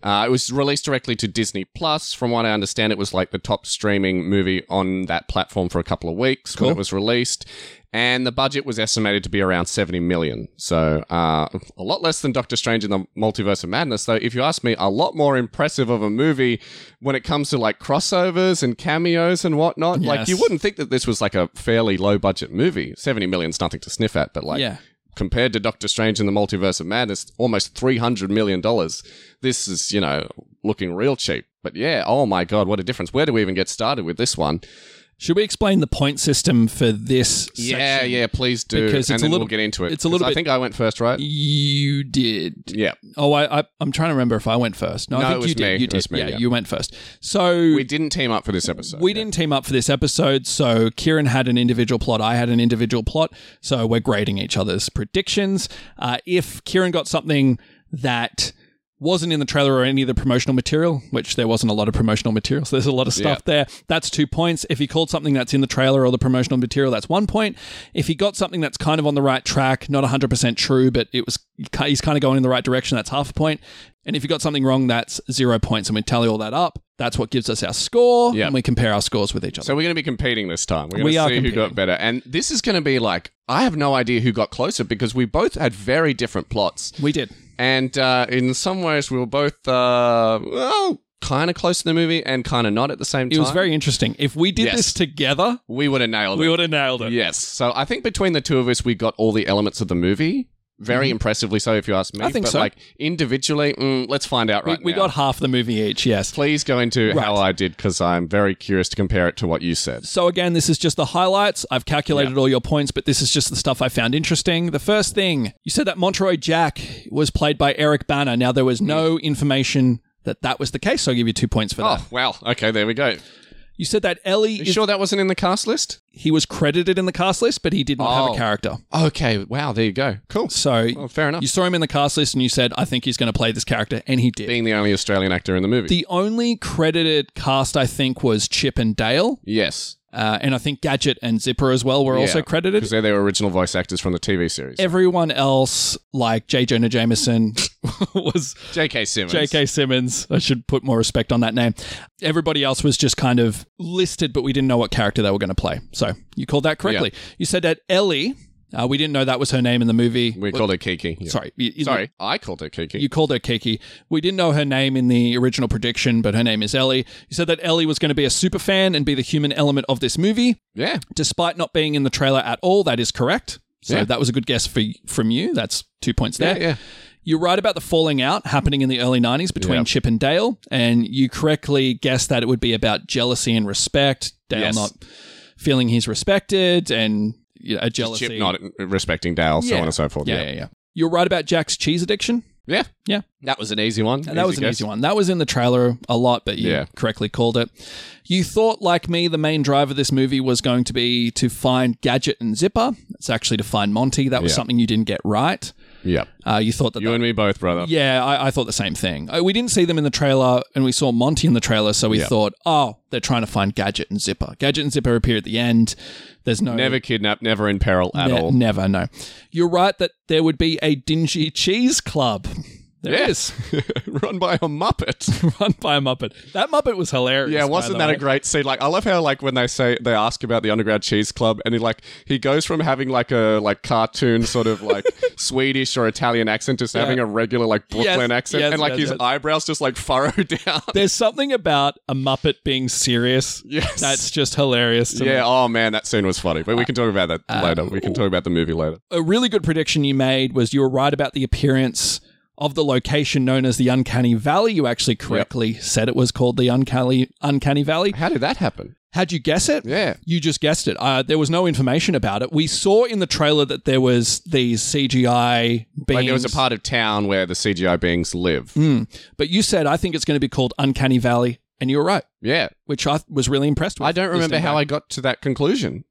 Uh, it was released directly to Disney Plus. From what I understand, it was like the top streaming movie on that platform for a couple of weeks when it was released. And the budget was estimated to be around 70 million. So, uh, a lot less than Doctor Strange in the Multiverse of Madness, though, if you ask me, a lot more impressive of a movie when it comes to like crossovers and cameos and whatnot. Like,
Yes.
you wouldn't think that this was like a fairly low budget movie. 70 million's nothing to sniff at, but like,
Yeah.
compared to Doctor Strange in the Multiverse of Madness, almost three hundred million dollars. This is, you know, looking real cheap. But yeah, oh my god, what a difference! Where do we even get started with this one?
should we explain the point system for this
Yeah,
section?
yeah, please do,
Because
and
it's a
then
little-
we'll get into it.
it's a little
'Cause I
bit-
think I went first, right?
you did
Yeah,
oh I, I i'm trying to remember if i went first no,
No,
i
it
think
was
you did
me.
you
It
did
was me,
yeah,
yeah.
you went first so
we didn't team up for this episode.
We
Yeah.
didn't team up for this episode, so Kieran had an individual plot. I had an individual plot, so we're grading each other's predictions. Uh, if Kieran got something that wasn't in the trailer or any of the promotional material, which there wasn't a lot of promotional material, so there's a lot of stuff there. That's two points. If he called something that's in the trailer or the promotional material, that's one point. If he got something that's kind of on the right track, not 100% true, but it was he's kind of going in the right direction, that's half a point. And if you got something wrong, that's zero points. And we tally all that up. That's what gives us our score.
Yeah.
And we compare our scores with each other.
So we're going to be competing this time. We're going
We
to
are
see who got
competing.
better, and this is going to be like I have no idea who got closer because we both had very different plots.
we did.
And uh, in some ways, we were both uh, well, kind of close to the movie and kind of not at the same time.
It was very interesting. If we did
Yes.
this together,
We would have nailed it.
we would have nailed it.
yes. So I think between the two of us, we got all the elements of the movie. Very impressively so, if you ask me.
Mm-hmm. I think
but
so.
like individually, mm, let's find out right
we, we
now.
got half the movie each, yes.
Please go into
Right.
how I did because I'm very curious to compare it to what you said.
So again, this is just the highlights. I've calculated all your points, but this is just the stuff I found interesting. The first thing you said that Monterey Jack was played by Eric Banner. Now there was no information that that was the case, so I'll give you two points for that.
Mm. Oh wow! Okay, there we go.
You said that Ellie
You
is,
sure that wasn't in the cast list?
he was credited in the cast list, but he did not have
Oh.
a character.
Okay. Wow. There you go. Cool.
So
Well, fair enough.
you saw him in the cast list, and you said, "I think he's going to play this character," and he did.
Being the only Australian actor in the movie.
The only credited cast I think was Chip and Dale,
yes,
uh, and I think Gadget and Zipper as well were also
Yeah,
credited.
because they're their original voice actors from the TV series.
everyone else, like J. Jonah Jameson, was
J.K. Simmons.
J.K. Simmons. I should put more respect on that name. Everybody else was just kind of listed, but we didn't know what character they were going to play. So you called that correctly. You said that Ellie, uh, we didn't know that was her name in the movie.
We called her Kiki. Yeah.
Sorry. you- you-
Sorry, I called her Kiki.
You called her Kiki. We didn't know her name in the original prediction, but her name is Ellie. You said that Ellie was going to be a super fan and be the human element of this movie,
yeah.
despite not being in the trailer at all. That is correct. So
Yeah.
that was a good guess for from you. That's two points there.
Yeah, yeah.
You're right about the falling out happening in the early 90s between
Yeah.
Chip and Dale, and you correctly guessed that it would be about jealousy and respect. Dale
Yes.
not feeling he's respected and you know, a jealousy.
Chip not respecting Dale, so
Yeah.
on and so forth.
yeah, yeah, yeah. You're right about Jack's cheese addiction.
Yeah.
Yeah.
That was an easy one.
And that was an easy one. That was in the trailer a lot, but you
Yeah.
correctly called it. You thought, like me, the main drive of this movie was going to be to find Gadget and Zipper. It's actually to find Monty. That was
Yeah.
something you didn't get right.
Yeah.
Uh, you thought that
You and me both, brother.
Yeah, I, I thought the same thing. Uh, We didn't see them in the trailer, and we saw Monty in the trailer, so we
Yeah.
thought, oh, they're trying to find Gadget and Zipper. Gadget and Zipper appear at the end. There's no
Never kidnapped, never in peril at
ne-
all.
Never, no. You're right that there would be a dingy cheese club. There it is,
yes. Run by a Muppet.
run by a Muppet. That Muppet was hilarious.
Yeah,
by
wasn't
the
that
way.
a great scene? Like, I love how like when they say they ask about the underground cheese club, and he like he goes from having like a like cartoon sort of like Swedish or Italian accent to having a regular like Brooklyn accent,
yes,
and like
yes,
his
yes.
eyebrows just like furrow down.
There's something about a Muppet being serious.
Yes.
That's just hilarious to me.
Yeah. Oh man, that scene was funny. But we can talk about that
Uh,
later. We can talk about the movie later.
a really good prediction you made was you were right about the appearance of the location known as the Uncanny Valley. You actually correctly said it was called the Uncanny Uncanny Valley.
How did that happen?
How'd you guess it?
Yeah.
You just guessed it. Uh, there was no information about it. We saw in the trailer that there was these CGI beings,
Like there was a part of town where the CGI beings live.
Mm. Hmm. but you said I think it's going to be called Uncanny Valley, and you were right,
Yeah.
which I was really impressed with.
I don't remember how I got to that conclusion.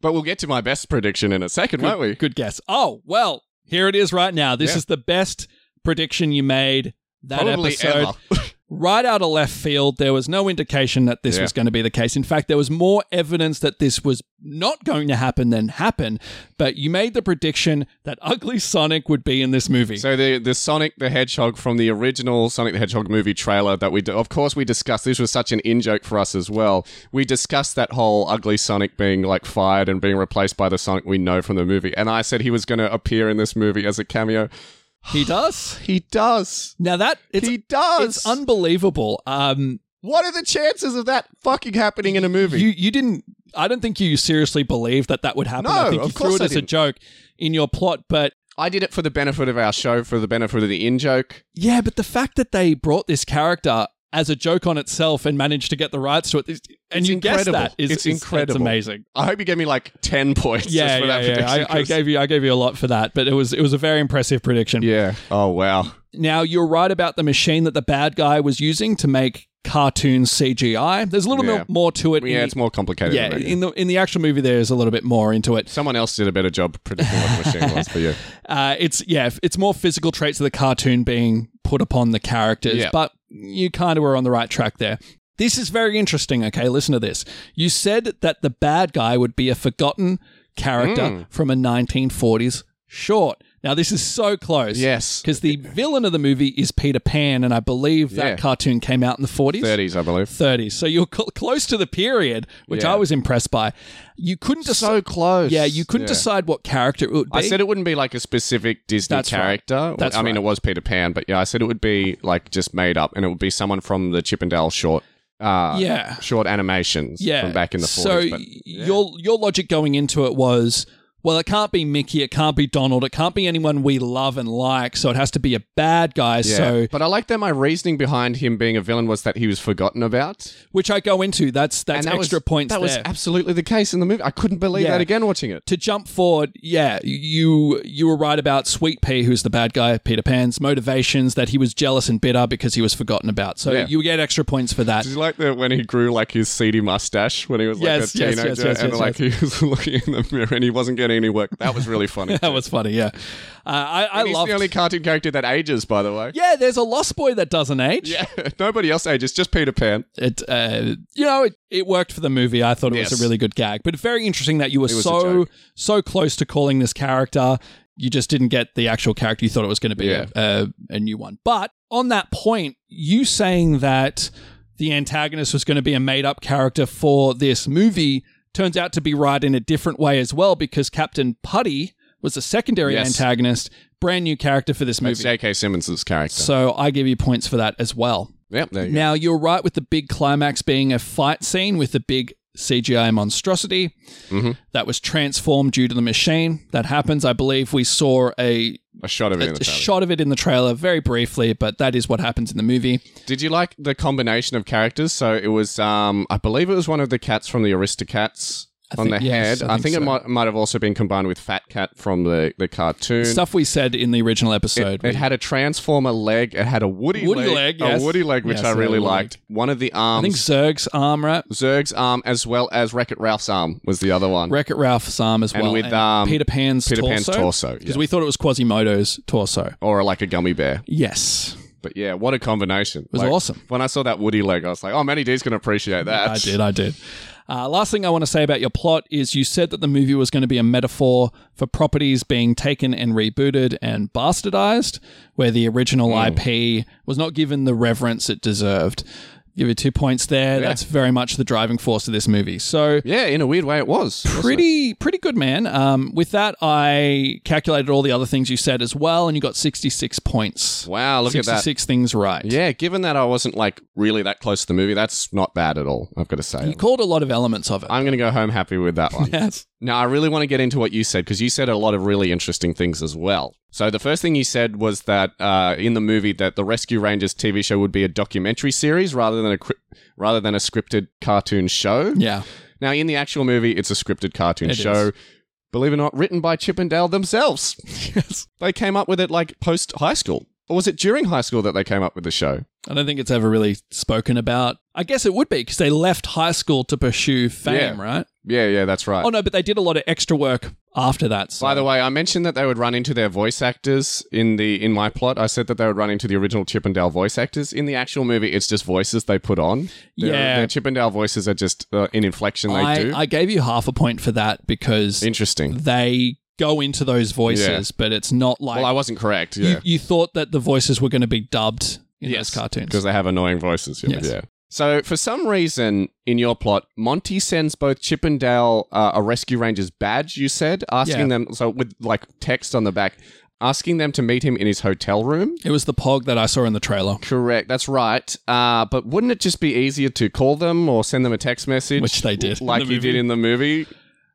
but we'll get to my best prediction in a second, won't we?
Good guess. Oh well, here it is right now. This
Yeah.
is the best prediction you made that
Probably
episode.
ever.
right out of left field. There was no indication that this
Yeah.
was going to be the case. In fact, there was more evidence that this was not going to happen than happen. But you made the prediction that Ugly Sonic would be in this movie.
so the the Sonic the Hedgehog from the original Sonic the Hedgehog movie trailer that we d- of course we discussed. This was such an in joke for us as well. We discussed that whole ugly Sonic being like fired and being replaced by the Sonic we know from the movie. And I said he was going to appear in this movie as a cameo.
he does.
He does.
Now that it's
he does.
it's unbelievable. Um,
what are the chances of that fucking happening in a movie?
you you didn't. I don't think you seriously believed that that would happen.
No,
I think
of
you threw
course
it
I
as a
didn't.
joke in your plot, but
I did it for the benefit of our show, for the benefit of the in joke.
yeah. But the fact that they brought this character as a joke on itself and managed to get the rights to it, is- and
It's
you
incredible.
guessed that is
It's
is-
incredible.
amazing.
I hope you gave me like ten points. just
yeah,
for
yeah,
that
yeah.
prediction,
I, I
'cause-
gave you, I gave you a lot for that, but it was, it was a very impressive prediction.
Yeah. Oh wow.
Now you're right about the machine that the bad guy was using to make cartoon CGI. There's a little
Yeah.
bit more to it. in
Yeah,
the-
it's more complicated.
yeah.
than that.
In the in the actual movie, there's a little bit more into it.
Someone else did a better job predicting what the machine was for you.
Uh, it's yeah, it's more physical traits of the cartoon being put upon the characters,
Yeah.
but you kind of were on the right track there. This is very interesting. Okay, listen to this. You said that the bad guy would be a forgotten character
Hmm.
from a 1940s short. Now this is so close.
Yes.
Because the villain of the movie is Peter Pan, and I believe that
Yeah.
cartoon came out in the 40s.
Thirties, I believe.
30s. So you're cl- close to the period, which
Yeah.
I was impressed by. You couldn't decide.
close.
yeah, you couldn't
Yeah.
decide what character it would be.
I said it wouldn't be like a specific Disney
That's right.
character.
That's
I mean,
right.
it was Peter Pan, but yeah, I said it would be like just made up, and it would be someone from the Chippendale short, uh,
Yeah.
short animations
yeah.
from back in the 40s.
So
but
your your logic going into it was well, it can't be Mickey, it can't be Donald, it can't be anyone we love and like, so it has to be a bad guy.
Yeah.
So,
but I like that my reasoning behind him being a villain was that he was forgotten about.
which I go into, that's that's
that
extra
was,
points
That
there.
was absolutely the case in the movie. I couldn't believe
Yeah.
that again watching it.
to jump forward, yeah, you you were right about Sweet Pea, who's the bad guy, Peter Pan's motivations that he was jealous and bitter because he was forgotten about. So
Yeah.
you get extra points for that.
Did you like that when he grew like his seedy mustache when he was like
Yes,
a
yes,
teenager
yes, yes,
and
yes,
like he was looking in the mirror and he wasn't getting any work? That was really funny.
That was funny, yeah. Uh, I I
He's
love.
the only cartoon character that ages, by the way.
yeah, there's a Lost Boy that doesn't age.
Yeah, nobody else ages, just Peter Pan.
It uh, you know it, it worked for the movie. I thought it was
Yes.
a really good gag, but very interesting that you were
was a
so
joke.
so close to calling this character. You just didn't get the actual character you thought it was going to be
Yeah.
a, a, a new one. But on that point, you saying that the antagonist was going to be a made up character for this movie turns out to be right in a different way as well because Captain Putty was a secondary
Yes.
antagonist, brand new character for this
That's
movie.
J.K. Simmons' character.
So I give you points for that as well.
yep, there you go.
Now, you're right with the big climax being a fight scene with a big CGI monstrosity
Mhm.
that was transformed due to the machine. That happens. I believe we saw a,
A shot of it in the
a
trailer.
shot of it in the trailer very briefly, but that is what happens in the movie.
Did you like the combination of characters? So it was, um, I believe it was one of the cats from the Aristocats
I
on
think-
the
yes,
head.
I
I
think
think,
so.
it might, might have also been combined with Fat Cat from the, the cartoon.
Stuff we said in the original episode.
it
we-
had a transformer leg. It had a woody,
Woody leg, yes.
a woody leg, which
Yes,
I
a
really
woody
liked. One of the
I
arms,
think Zerg's arm, right?
Zerg's arm, as well as Wreck It Ralph's arm, was the other one.
Wreck It Ralph's arm as
And
well.
with, um,
Peter Pan's
Peter
torso.
Pan's torso,
Because
yeah.
we thought it was Quasimodo's torso.
or like a gummy bear.
Yes.
But yeah, what a combination! It
was awesome.
When I saw that woody leg, I was like, "Oh, Manny D's going to appreciate that."
I did, I did. Uh, last thing I want to say about your plot is you said that the movie was going to be a metaphor for properties being taken and rebooted and bastardized, where the
Hmm.
original IP was not given the reverence it deserved. Give you two points there. That's very much the driving force of this movie. So.
Yeah, in a weird way, it was wasn't it?
Pretty, pretty good, man. Um, with that, I calculated all the other things you said as well, and you got sixty-six points.
Wow, look at that.
sixty-six things right.
Yeah, given that I wasn't like really that close to the movie, that's not bad at all. I've got to say,
you called a lot of elements of it.
I'm going to go home happy with that one.
yes.
Now, I really want to get into what you said because you said a lot of really interesting things as well. So, the first thing you said was that uh, in the movie that the Rescue Rangers TV show would be a documentary series rather than a cri- rather than a scripted cartoon show.
Yeah.
Now, in the actual movie, it's a scripted cartoon
It
show.
is.
Believe it or not, written by Chip and Dale themselves. Yes. They came up with it like post high school. Or was it during high school that they came up with the show?
I don't think it's ever really spoken about. I guess it would be because they left high school to pursue fame,
Yeah.
right?
Yeah, yeah, that's right.
Oh no, but they did a lot of extra work after that. So
By the way, I mentioned that they would run into their voice actors in the in my plot. I said that they would run into the original Chip and Dale voice actors. In the actual movie, it's just voices they put on. Their,
Yeah.
their Chip and Dale voices are just uh, in inflection. They
I,
do
I gave you half a point for that because
interesting.
they go into those voices, but it's not like
Well, I wasn't correct.
you,
Yeah,
you thought that the voices were going to be dubbed in
Yes,
those cartoons.
because they have annoying voices. Yeah.
Yes.
yeah. So for some reason in your plot, Monty sends both Chip and Dale uh, a Rescue Rangers badge. You said asking
Yeah.
them so with like text on the back, asking them to meet him in his hotel room.
It was the pog that I saw in the trailer,
Correct. That's right. Uh, but wouldn't it just be easier to call them or send them a text message,
which they did, in
like
the
you did
movie.
in the movie?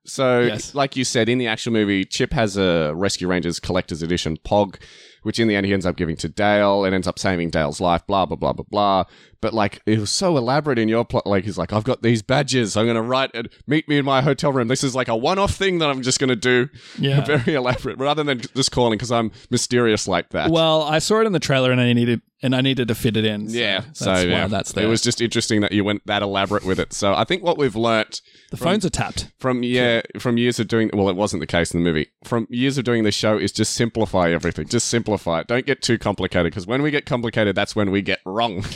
So,
Yes.
like you said in the actual movie, Chip has a Rescue Rangers Collector's Edition Pog, which in the end he ends up giving to Dale and ends up saving Dale's life. Blah blah blah blah blah. But like it was so elaborate in your plot. Like he's like, I've got these badges. I'm gonna write and meet me in my hotel room. This is like a one-off thing that I'm just gonna do.
Yeah.
very elaborate, rather than just calling because I'm mysterious like that.
Well, I saw it in the trailer, and I needed and I needed to fit it in. so
Yeah,
that's
so yeah.
why that's there.
It was just interesting that you went that elaborate with it. So I think what we've learnt
the phones are tapped.
from yeah from years of doing well, it wasn't the case in the movie. From years of doing the show is just simplify everything. Just simplify it. Don't get too complicated because when we get complicated, that's when we get wrong.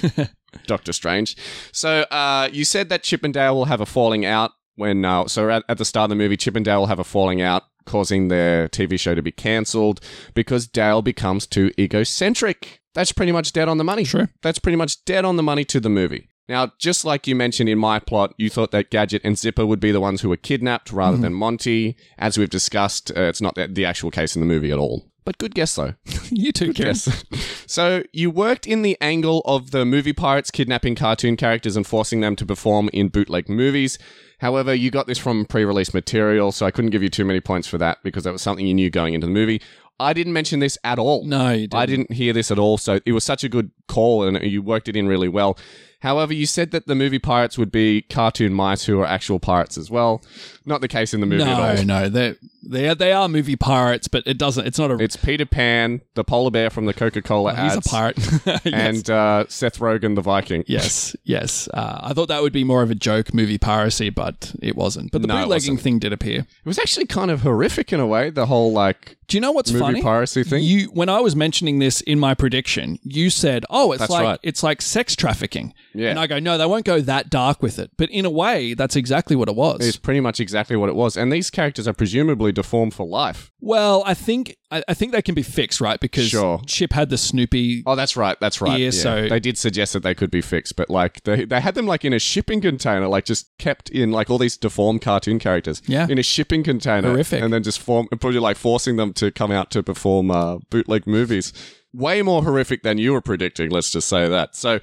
Doctor Strange. So uh, you said that Chip and Dale will have a falling out when uh, so at, at the start of the movie, Chip and Dale will have a falling out. Causing their TV show to be cancelled because Dale becomes too egocentric. That's pretty much dead on the money.
Sure.
That's pretty much dead on the money to the movie. Now, just like you mentioned in my plot, you thought that Gadget and Zipper would be the ones who were kidnapped rather than Monty. As we've discussed, uh, it's not the, the actual case in the movie at all. But good guess, though.
You too, Kieran.
Yes. so you worked in the angle of the movie pirates kidnapping cartoon characters and forcing them to perform in bootleg movies. However, you got this from pre-release material, so I couldn't give you too many points for that because that was something you knew going into the movie. I didn't mention this at all.
No, you
I didn't hear this at all, so it was such a good call and you worked it in really well. However, you said that the movie pirates would be cartoon mice who are actual pirates as well. Not the case in the movie at
No,
all.
no, they they are, they are movie pirates, but it doesn't. It's not a.
It's Peter Pan, the polar bear from the Coca Cola
he's
ads,
a pirate. yes.
and uh, Seth Rogen, the Viking.
yes, yes. Uh, I thought that would be more of a joke movie piracy, but it wasn't. But the
No, it
bootlegging
wasn't.
thing did appear.
It was actually kind of horrific in a way, the whole like
Do you know what's
movie
funny?
piracy thing.
You when I was mentioning this in my prediction, you said, "Oh, it's
That's
like
right.
it's like sex trafficking."
Yeah.
And I go, "No, they won't go that dark with it." But in a way, that's exactly what it was.
it's pretty much exactly what it was. And these characters are presumably deformed for life.
well, I think I, I think they can be fixed, right? Because
Sure.
Chip had the Snoopy.
Oh, that's right. That's right.
Yeah, so-
they did suggest that they could be fixed, but like they, they had them like in a shipping container, like just kept in like all these deformed cartoon characters.
Yeah.
In a shipping container.
Horrific.
And then just form, probably like forcing them to come out to perform uh, bootleg movies. Way more horrific than you were predicting, let's just say that. So,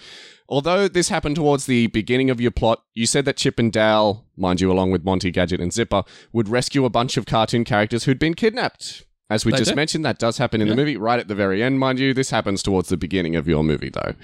although this happened towards the beginning of your plot, you said that Chip and Dale, mind you, along with Monty, Gadget, and Zipper, would rescue a bunch of cartoon characters who'd been kidnapped. As we
They
just
do.
mentioned, that does happen in the movie, right at the very end, mind you. This happens towards the beginning of your movie, though.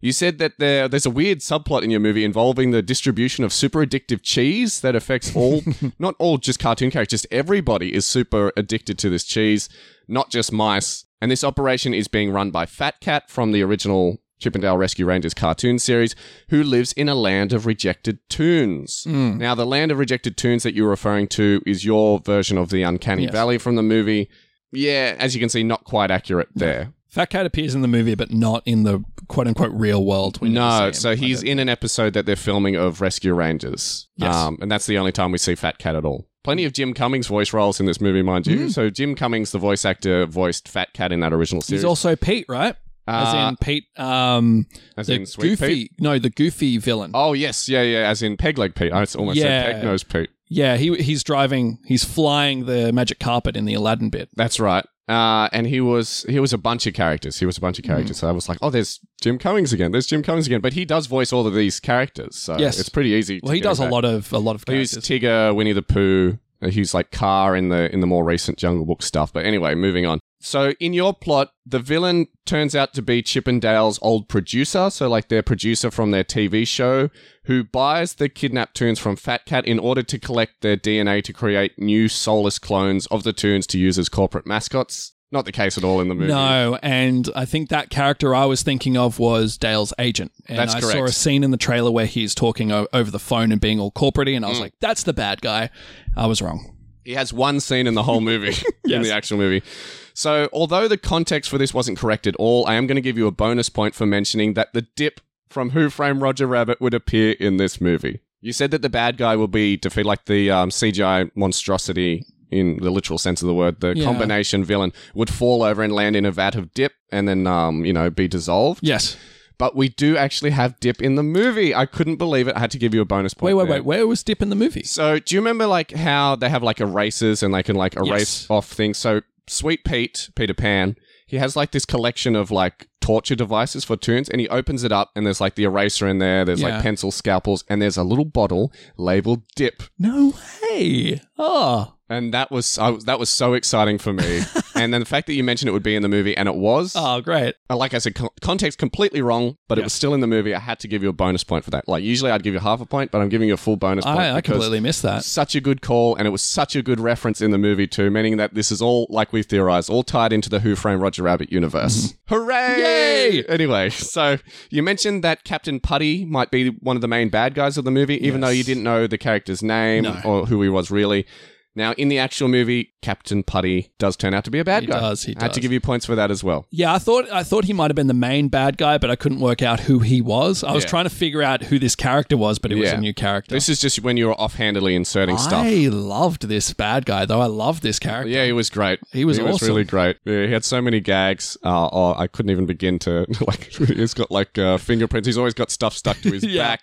You said that there, there's a weird subplot in your movie involving the distribution of super addictive cheese that affects all, not all just cartoon characters, everybody is super addicted to this cheese, not just mice. And this operation is being run by Fat Cat from the original Chip and Dale Rescue Rangers cartoon series, who lives in a land of rejected tunes. Now, the land of rejected tunes that you're referring to is your version of the Uncanny
Yes.
Valley from the movie. Yeah, as you can see, not quite accurate there.
Fat Cat appears in the movie, but not in the quote unquote real world. We never see
No,
him.
so he's in an episode that they're filming of Rescue Rangers. Um,
Yes.
and that's the only time we see Fat Cat at all. Plenty of Jim Cummings voice roles in this movie, mind
Mm.
you. So Jim Cummings, the voice actor, voiced Fat Cat in that original series.
He's also Pete, right? As
Uh,
in Pete, um,
as
the
in Sweet
goofy,
Pete?
no, the goofy villain.
oh, yes, yeah, yeah, as in Peg Leg Pete. I almost
Yeah.
said Peg Nose Pete.
Yeah, he he's driving, he's flying the magic carpet in the Aladdin bit.
That's right. Uh, and he was he was a bunch of characters. He was a bunch of
Mm.
characters. So I was like, oh, there's Jim Cummings again. There's Jim Cummings again. But he does voice all of these characters. So
Yes.
it's pretty easy.
Well, he does a lot of a lot of
He was
characters.
Tigger, Winnie the Pooh. uh, He was like Car in the in the more recent Jungle Book stuff. But anyway, moving on. So in your plot, the villain turns out to be Chippendale's old producer, so like their producer from their TV show, who buys the kidnapped tunes from Fat Cat in order to collect their DNA to create new soulless clones of the tunes to use as corporate mascots. Not the case at all in the movie.
No, and I think that character I was thinking of was Dale's agent. And
That's
I saw
correct.
a scene in the trailer where he's talking o- over the phone and being all corporate and I
Mm.
was like, that's the bad guy. I was wrong.
He has one scene in the whole movie, in the actual movie. So, although the context for this wasn't correct at all, I am going to give you a bonus point for mentioning that the dip from Who Framed Roger Rabbit would appear in this movie. You said that the bad guy will be defeat like the um, CGI monstrosity in the literal sense of the word. The
Yeah.
combination villain would fall over and land in a vat of dip, and then um, you know be dissolved.
Yes.
But we do actually have dip in the movie. I couldn't believe it. I had to give you a bonus
Wait,
point.
wait,
there.
wait. Where was Dip in the movie?
So, do you remember like how they have like erasers and they can like erase
Yes.
off things? So, Sweet Pete, Peter Pan, he has like this collection of like torture devices for tunes, and he opens it up, and there's like the eraser in there. There's
Yeah.
like pencil scalpels, and there's a little bottle labeled "dip,"
No way. Oh.
and that was I was that was so exciting for me. and then the fact that you mentioned it would be in the movie, and it was.
Oh, great.
Uh, like I said, con- context completely wrong, but it was still in the movie. I had to give you a bonus point for that. Like usually I'd give you half a point, but I'm giving you a full bonus point.
I, I
because-
completely missed that.
such a good call, and it was such a good reference in the movie too, meaning that this is all like we've theorized, all tied into the Who Framed Roger Rabbit universe. Hooray!
Mm-hmm. Yay!
Anyway, so you mentioned that Captain Putty might be one of the main bad guys of the movie, even though
Yes.
you didn't know the character's name
No.
or who he was really. Now, in the actual movie, Captain Putty does turn out to be a bad
He
guy.
does, he
I had to
does.
give you points for that as well.
Yeah, I thought I thought he might have been the main bad guy, but I couldn't work out who he was. I was
Yeah.
trying to figure out who this character was, but it was
Yeah.
a new character.
This is just when you were offhandedly inserting stuff.
I loved this bad guy, though. I loved this character.
Yeah, he was great.
He was awesome.
really great. Yeah, he had so many gags. Uh, oh, I couldn't even begin to like. He's got like uh, fingerprints. He's always got stuff stuck to his
Yeah.
back.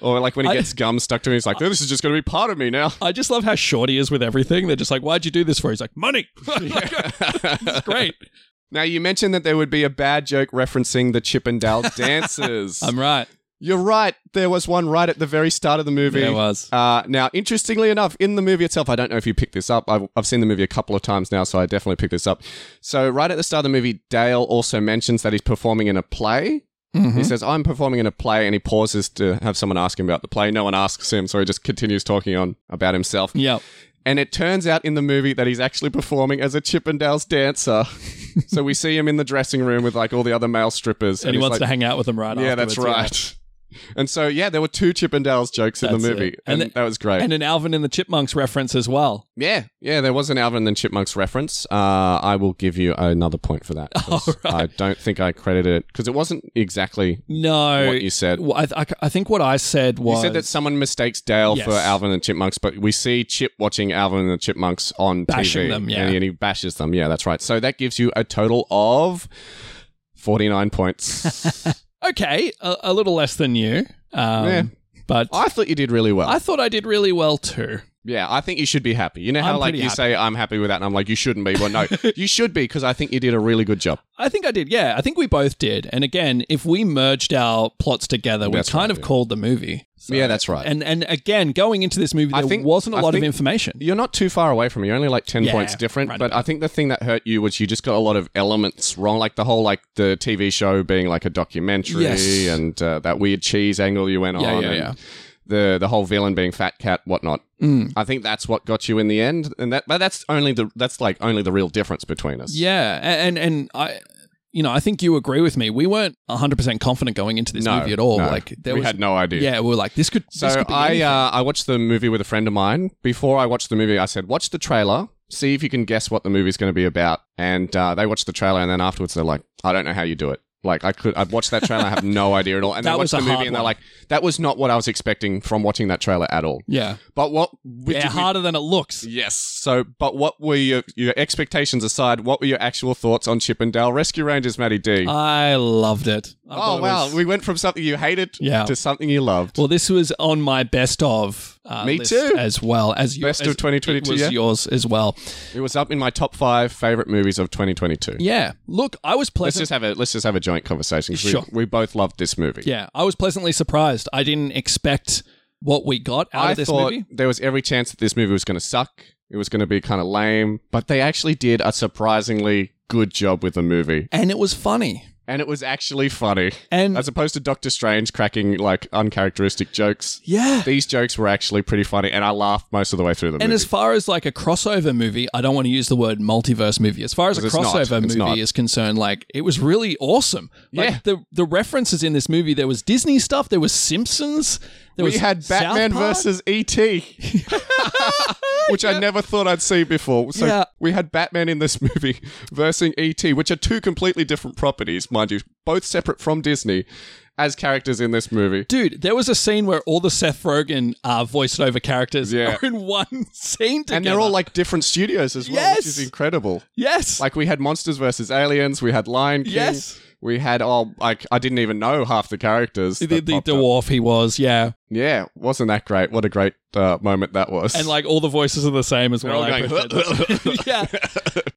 Or like when he
I-
gets gum stuck to him, he's like, "This is just going to be part of me now."
I just love how short he is with everything. They're just like, why'd you do this for? He's like, money. it's great.
Now you mentioned that there would be a bad joke referencing the Chippendale dancers.
I'm right.
You're right. There was one right at the very start of the movie.
There was.
Uh, now, interestingly enough, in the movie itself, I don't know if you picked this up. I've, I've seen the movie a couple of times now, so I definitely picked this up. So, right at the start of the movie, Dale also mentions that he's performing in a play.
Mm-hmm.
He says, I'm performing in a play, and he pauses to have someone ask him about the play. No one asks him, so he just continues talking on about himself.
Yep.
And it turns out in the movie that he's actually performing as a Chippendales dancer. so we see him in the dressing room with like all the other male strippers.
And he
he's
wants
like,
to hang out with them right
yeah, that's
afterwards,
right. And so, yeah, there were two Chippendales jokes in
That's
the
it.
movie,
And
and,
the-
that was great.
And an Alvin and the Chipmunks reference as well.
yeah, yeah, there was an Alvin and Chipmunks reference. Uh, I will give you another point for that. 'cause I don't think I credited it because it wasn't exactly
No.
what you said.
Well, I, I, I think what I said was.
You said that someone mistakes Dale
Yes.
for Alvin and Chipmunks, but we see Chip watching Alvin and the Chipmunks on
Bashing
TV,
them, yeah.
and, he, and he bashes them. Yeah, that's right. So that gives you a total of forty nine points.
okay, a, a little less than you. Um,
Yeah.
But I,
I thought you did really well.
thought I did really well too.
yeah, I think you should be happy. You know how
I'm
like
pretty
you
happy.
say I'm happy with that, and I'm like you shouldn't be, but no, you should be because I think you did a really good job.
I think I did. Yeah, I think we both did. And again, if we merged our plots together, we
That's
kind
right,
of
yeah.
called the movie. So-
Yeah, that's right.
And and again, going into this movie,
I
there
think-
wasn't a
I
lot of
think-
information.
You're not too far away from me. You're only like 10
Yeah,
points different.
right
but I think the thing that hurt you was you just got a lot of elements wrong. Like the whole, like the TV show being like a documentary
Yes.
and uh, that weird cheese angle you went
Yeah,
on.
yeah,
and
yeah. Mm.
The, the whole villain being fat cat whatnot i think that's what got you in the end and that but that's only the that's like only the real difference between us
Yeah, a- and and I, you know, I think you agree with me. We weren't hundred percent confident going into this
No,
movie at all.
no.
Like there
we
was,
had no idea
yeah, we were like this could.
So
this could be
I
anything.
uh, I watched the movie with a friend of mine. Before I watched the movie, I said, "Watch the trailer, see if you can guess what the movie's going to be about." And uh, they watched the trailer, and then afterwards they're like, "I don't know how you do it." Like I could, I've watched that trailer, I have no idea at all. And
That
they
was
watched the
a
movie,
hard
and they're
one.
like, "That was not what I was expecting from watching that trailer at all."
yeah,
But what? we-
yeah,
we-
harder than it looks.
Yes. So, but what were your your expectations aside? What were your actual thoughts on Chip and Dale Rescue Rangers, Matty D?
I loved it. I thought
oh
Uh, it
wow,
was-
we went from something you hated
Yeah.
to something you loved.
well, this was on my best of uh,
Me
list
too.
as well as your,
Best of
as
2022,
It was
yeah?
yours as well.
It was up in my top five favorite movies of 2022.
Yeah, look, I was
Let's
pleasant.
just have a let's just have a joint conversation. 'cause we-
Sure.
We, both loved this movie.
yeah, I was pleasantly surprised. I didn't expect what we got out
I
of this
thought
movie.
there was every chance that this movie was going to suck. It was going to be kind of lame, but they actually did a surprisingly good job with the movie,
And it was funny.
and it was actually funny.
And
As opposed to Doctor Strange cracking like uncharacteristic jokes,
yeah,
these jokes were actually pretty funny, and I laughed most of the way through the
And
movie.
as far as like a crossover movie, I don't want to use the word multiverse movie. As far as a
'Cause it's not.
crossover
It's
movie
not.
is concerned, like it was really awesome. Like
Yeah.
the the references in this movie, there was Disney stuff, there was Simpsons, there
we
was
had
South
Batman
Park.
versus ET, which I never thought I'd see before. So
Yeah.
we had Batman in this movie versus ET, which are two completely different properties, mind you, both separate from Disney as characters in this movie.
Dude, there was a scene where all the Seth Rogen uh, voiced over characters
Yeah.
are in one scene together.
And they're all like different studios as well, which
Yes.
is incredible.
yes,
Like we had Monsters versus Aliens, we had Lion King,
Yes.
we had oh, like I didn't even know half the characters.
the,
that
the
popped up.
dwarf he was, yeah,
Yeah, wasn't that great? What a great uh, moment that was.
and like all the voices are the same as
all
well. I
going,
pretend. yeah,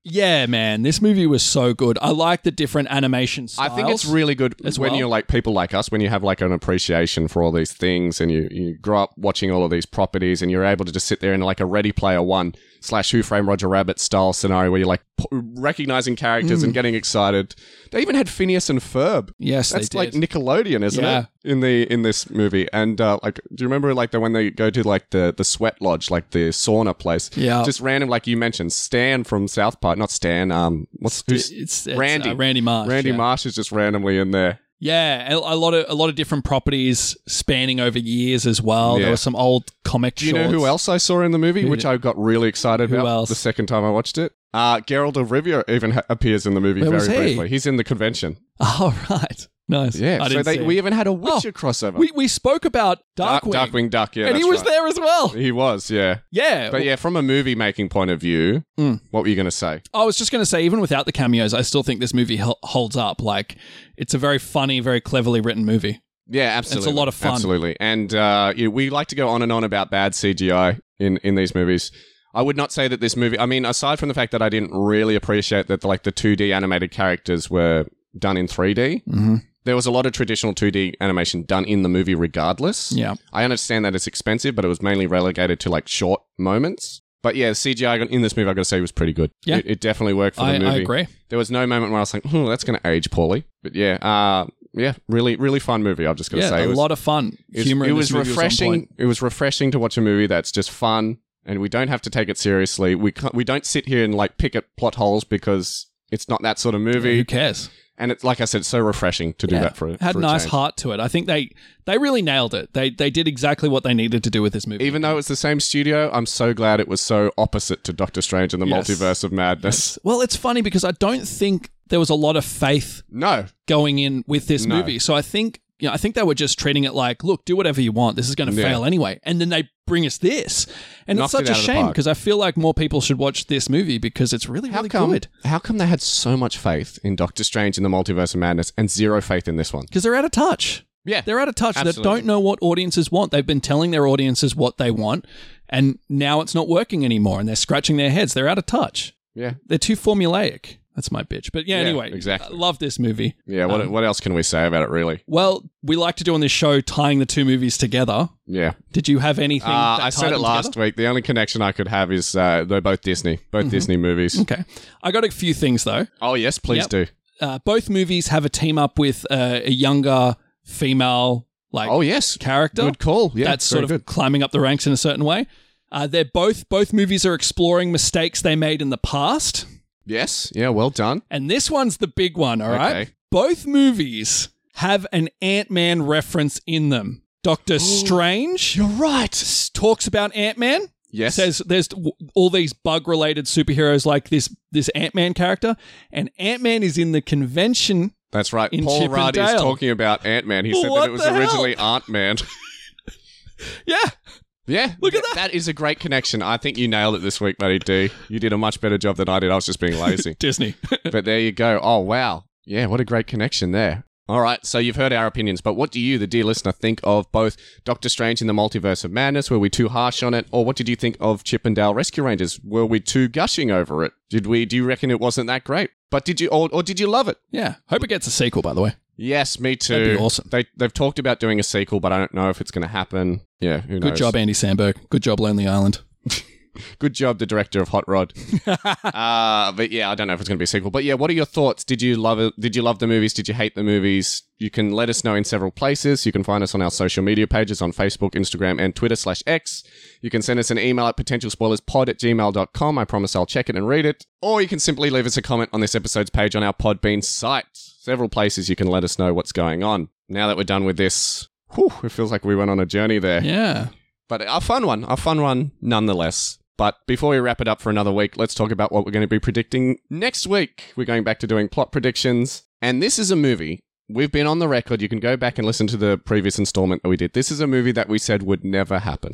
yeah, man, this movie was so good. I like the different animation
I
styles.
think it's really good
as
when
well.
you're like people like us, when you have like an appreciation for all these things and you, you grow up watching all of these properties and you're able to just sit there in like a Ready Player One slash Who Framed Roger Rabbit style scenario where you're like p- recognizing characters and getting excited. They even had Phineas and Ferb.
Hmm. Yes,
That's
they
like
did.
Nickelodeon, isn't
Yeah.
it? In the in this movie, and uh, like, do you remember like the when they go to like the the sweat lodge, like the sauna place?
Yeah.
just random, like you mentioned, Stan from South Park, not Stan. Um, what's who's
it's, it's, uh,
Randy.
Randy Marsh.
Randy
yeah.
Marsh is just randomly in there.
Yeah, a, a lot of a lot of different properties spanning over years as well. There
Yeah.
was some old comic.
Do you know who else I saw in the movie, which I got really excited
Who
about
else?
the second time I watched it? Uh, Gerald of Rivia even ha- appears in the movie
Where
very
was he?
briefly. He's in the convention.
All right, nice.
Yeah,
I
so
didn't
they,
see
we
it.
even had a Witcher crossover.
we we spoke about
Dark-
Darkwing,
Darkwing Duck, yeah,
and he
that's
was
right.
there Oh. as well.
He was, yeah.
Yeah,
But yeah, from a movie making point of view,
Mm.
what were you going to say?
I was just going to say, even without the cameos, I still think this movie hel- holds up. Like, it's a very funny, very cleverly written movie.
Yeah, absolutely.
lot of fun.
Absolutely. And uh, yeah, we like to go on and on about bad CGI in, in these movies. I would not say that this movie, I mean, aside from the fact that I didn't really appreciate that like the 2D animated characters were done in 3D,
Mhm.
there was a lot of traditional 2D animation done in the movie regardless.
Yeah.
I understand that it's expensive, but it was mainly relegated to like short moments. But yeah, CGI in this movie, I gotta say, was pretty good.
Yeah.
It, it definitely worked for
I,
the movie.
I agree.
There was no moment where I was like, hmm, that's going to age poorly. But yeah, uh, yeah, really, really fun movie. I've just got to
Yeah,
say.
a
it was,
lot of fun.
it was-
Humor.
It
in
was
this movie
refreshing.
Was on point.
it was refreshing to watch a movie that's just fun, and we don't have to take it seriously. We can't, we don't sit here and like pick at plot holes because it's not that sort of movie.
Who cares?
And it's like I said, it's so refreshing to do
Yeah.
that for.
Had
for
a nice
change.
heart to it. I think they they really nailed it. They they did exactly what they needed to do with this movie.
Even though it's the same studio, I'm so glad it was so opposite to Doctor Strange and the
Yes.
Multiverse of Madness.
well, it's funny because I don't think there was a lot of faith
No,
going in with this
No.
movie. So I think you know, I think they were just treating it like, look, do whatever you want. This is going to
Yeah.
fail anyway. And then they bring us this, and
Knocked
it's such
it
a
out of the
shame
park.
because I feel like more people should watch this movie because it's really
How
really
come?
good.
How come they had so much faith in Doctor Strange in the Multiverse of Madness and zero faith in this one?
Because they're out of touch.
Yeah,
They're out of touch. They
Absolutely.
don't know what audiences want. They've been telling their audiences what they want, and now it's not working anymore. And they're scratching their heads. They're out of touch.
yeah,
They're too formulaic. That's my bitch. But yeah,
Yeah,
anyway,
exactly.
I love this movie.
yeah. What,
Um,
what else can we say about it, really?
Well, we like to do on this show tying the two movies together.
Yeah,
Did you have anything?
uh,
that
I
tied
said it
them
last
together? Mm-hmm.
week. The only connection I could have is uh, they're both Disney, both Disney movies.
Okay. I got a few things though.
Oh yes, please
Yep.
do.
Uh, both movies have a team up with uh, a younger female like
Oh yes,
character
good call. Yeah,
that's sort of
very good.
climbing up the ranks in a certain way. Uh, they're both both movies are exploring mistakes they made in the past,
Yes, yeah, well done.
and this one's the big one. All right,
Okay.
both movies have an Ant Man reference in them. Doctor Strange
right.
s- talks about Ant Man.
Yes,
says there's w- all these bug related superheroes like this this Ant Man character, and Ant Man is in the convention.
that's right.
in
Paul
Chip and
Rudd is
Dale.
talking about Ant Man. He said
What
that it was
the hell?
originally Ant Man.
Yeah,
Yeah.
Look at
Th- That is a great connection. I think you nailed it this week, buddy D. You did a much better job than I did. I was just being lazy.
Disney.
but there you go. Oh, wow. Yeah, what a great connection there. All right, so you've heard our opinions, but what do you, the dear listener, think of both Doctor Strange in the Multiverse of Madness? Were we too harsh on it, or what did you think of Chip and Dale Rescue Rangers? Were we too gushing over it? Did we? Do you reckon it wasn't that great? But did you, or, or did you love it?
yeah, hope it gets a sequel. By the way,
Yes, me too.
That'd be awesome.
They they've talked about doing a sequel, but I don't know if it's going to happen. Yeah, who knows?
good job, Andy Sandberg. Good job, Lonely Island.
Good job, the director of Hot Rod. uh, but yeah, I don't know if it's going to be a sequel. But yeah, what are your thoughts? Did you love it? Did you love the movies? Did you hate the movies? You can let us know in several places. You can find us on our social media pages on Facebook, Instagram, and Twitter slash X. You can send us an email at potentialspoilerspod at gmail.com. I promise I'll check it and read it. Or you can simply leave us a comment on this episode's page on our Podbean site. Several places you can let us know what's going on. Now that we're done with this, whew, it feels like we went on a journey there
Yeah,
but a fun one, a fun one nonetheless. But before we wrap it up for another week, let's talk about what we're going to be predicting next week. We're going back to doing plot predictions, and this is a movie we've been on the record. You can go back and listen to the previous installment that we did. This is a movie that we said would never happen.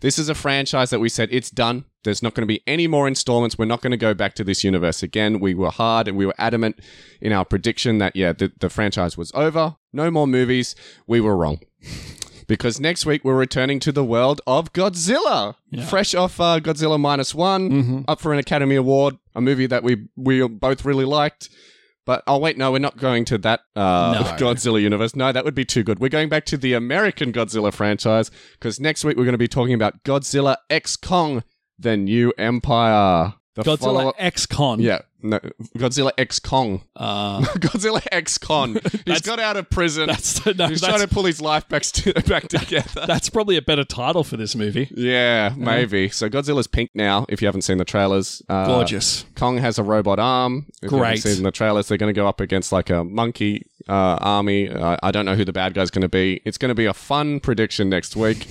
this is a franchise that we said it's done. There's not going to be any more installments. We're not going to go back to this universe again. We were hard and we were adamant in our prediction that yeah, the, the franchise was over. No more movies. We were wrong because next week we're returning to the world of Godzilla, fresh off uh, Godzilla minus one,
Mm-hmm.
up for an Academy Award, a movie that we we both really liked. But oh wait, no, we're not going to that uh,
No.
Godzilla universe. No, that would be too good. We're going back to the American Godzilla franchise because next week we're going to be talking about Godzilla X Kong, the New Empire, the
Godzilla
follow-up-
X Con.
yeah, no, Godzilla X Kong,
uh,
Godzilla X Con. He's
That's-
got out of prison.
that's no,
He's
that's,
trying to pull his life back, st- back together.
that's probably a better title for this movie.
Yeah,
Uh-huh.
maybe. So Godzilla's pink now. If you haven't seen the trailers, uh,
Gorgeous.
Kong has a robot arm. If you
Great.
haven't seen the trailers, they're going to go up against like a monkey uh, army. Uh, I don't know who the bad guy's going to be. It's going to be a fun prediction next week.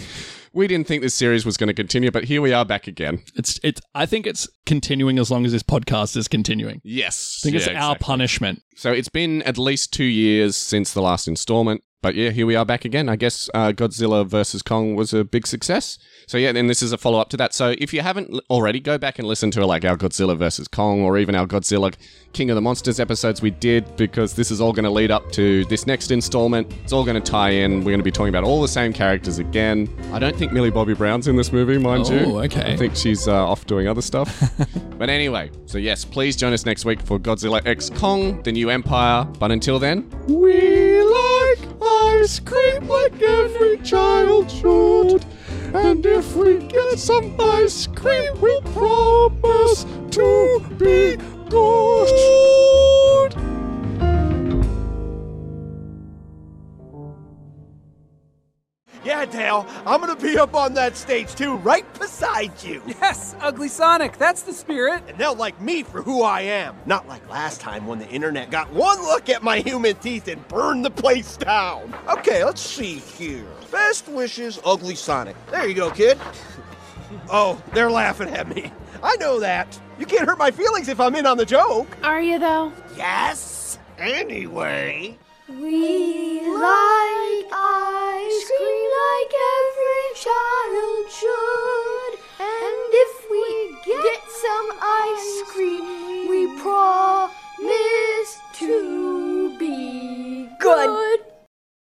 we didn't think this series was going to continue, but here we are back again.
It's it's. I think it's continuing as long as this podcast is continuing. I
Yes,
think it's
Yeah,
our
exactly.
punishment.
So it's been at least two years since the last installment. But yeah, here we are back again. I guess uh, Godzilla versus Kong was a big success. So yeah, and this is a follow up to that. So if you haven't l- already, go back and listen to like our Godzilla versus Kong or even our Godzilla King of the Monsters episodes we did because this is all going to lead up to this next installment. It's all going to tie in. We're going to be talking about all the same characters again. I don't think Millie Bobby Brown's in this movie, mind you.
Oh, okay.
I think she's uh, off doing other stuff. but anyway, so yes, please join us next week for Godzilla X Kong, The New Empire. But until then,
We like ice cream like every child should. And if we get some ice cream, we promise to be good.
Yeah, Dale, I'm gonna be up on that stage too, right beside you.
Yes, Ugly Sonic, that's the spirit.
And they'll like me for who I am. Not like last time when the internet got one look at my human teeth and burned the place down. Okay, let's see here. Best wishes, Ugly Sonic. There you go, kid. oh, they're laughing at me. I know that. You can't hurt my feelings if I'm in on the joke.
Are you though?
Yes. Anyway.
We like ice cream like every child.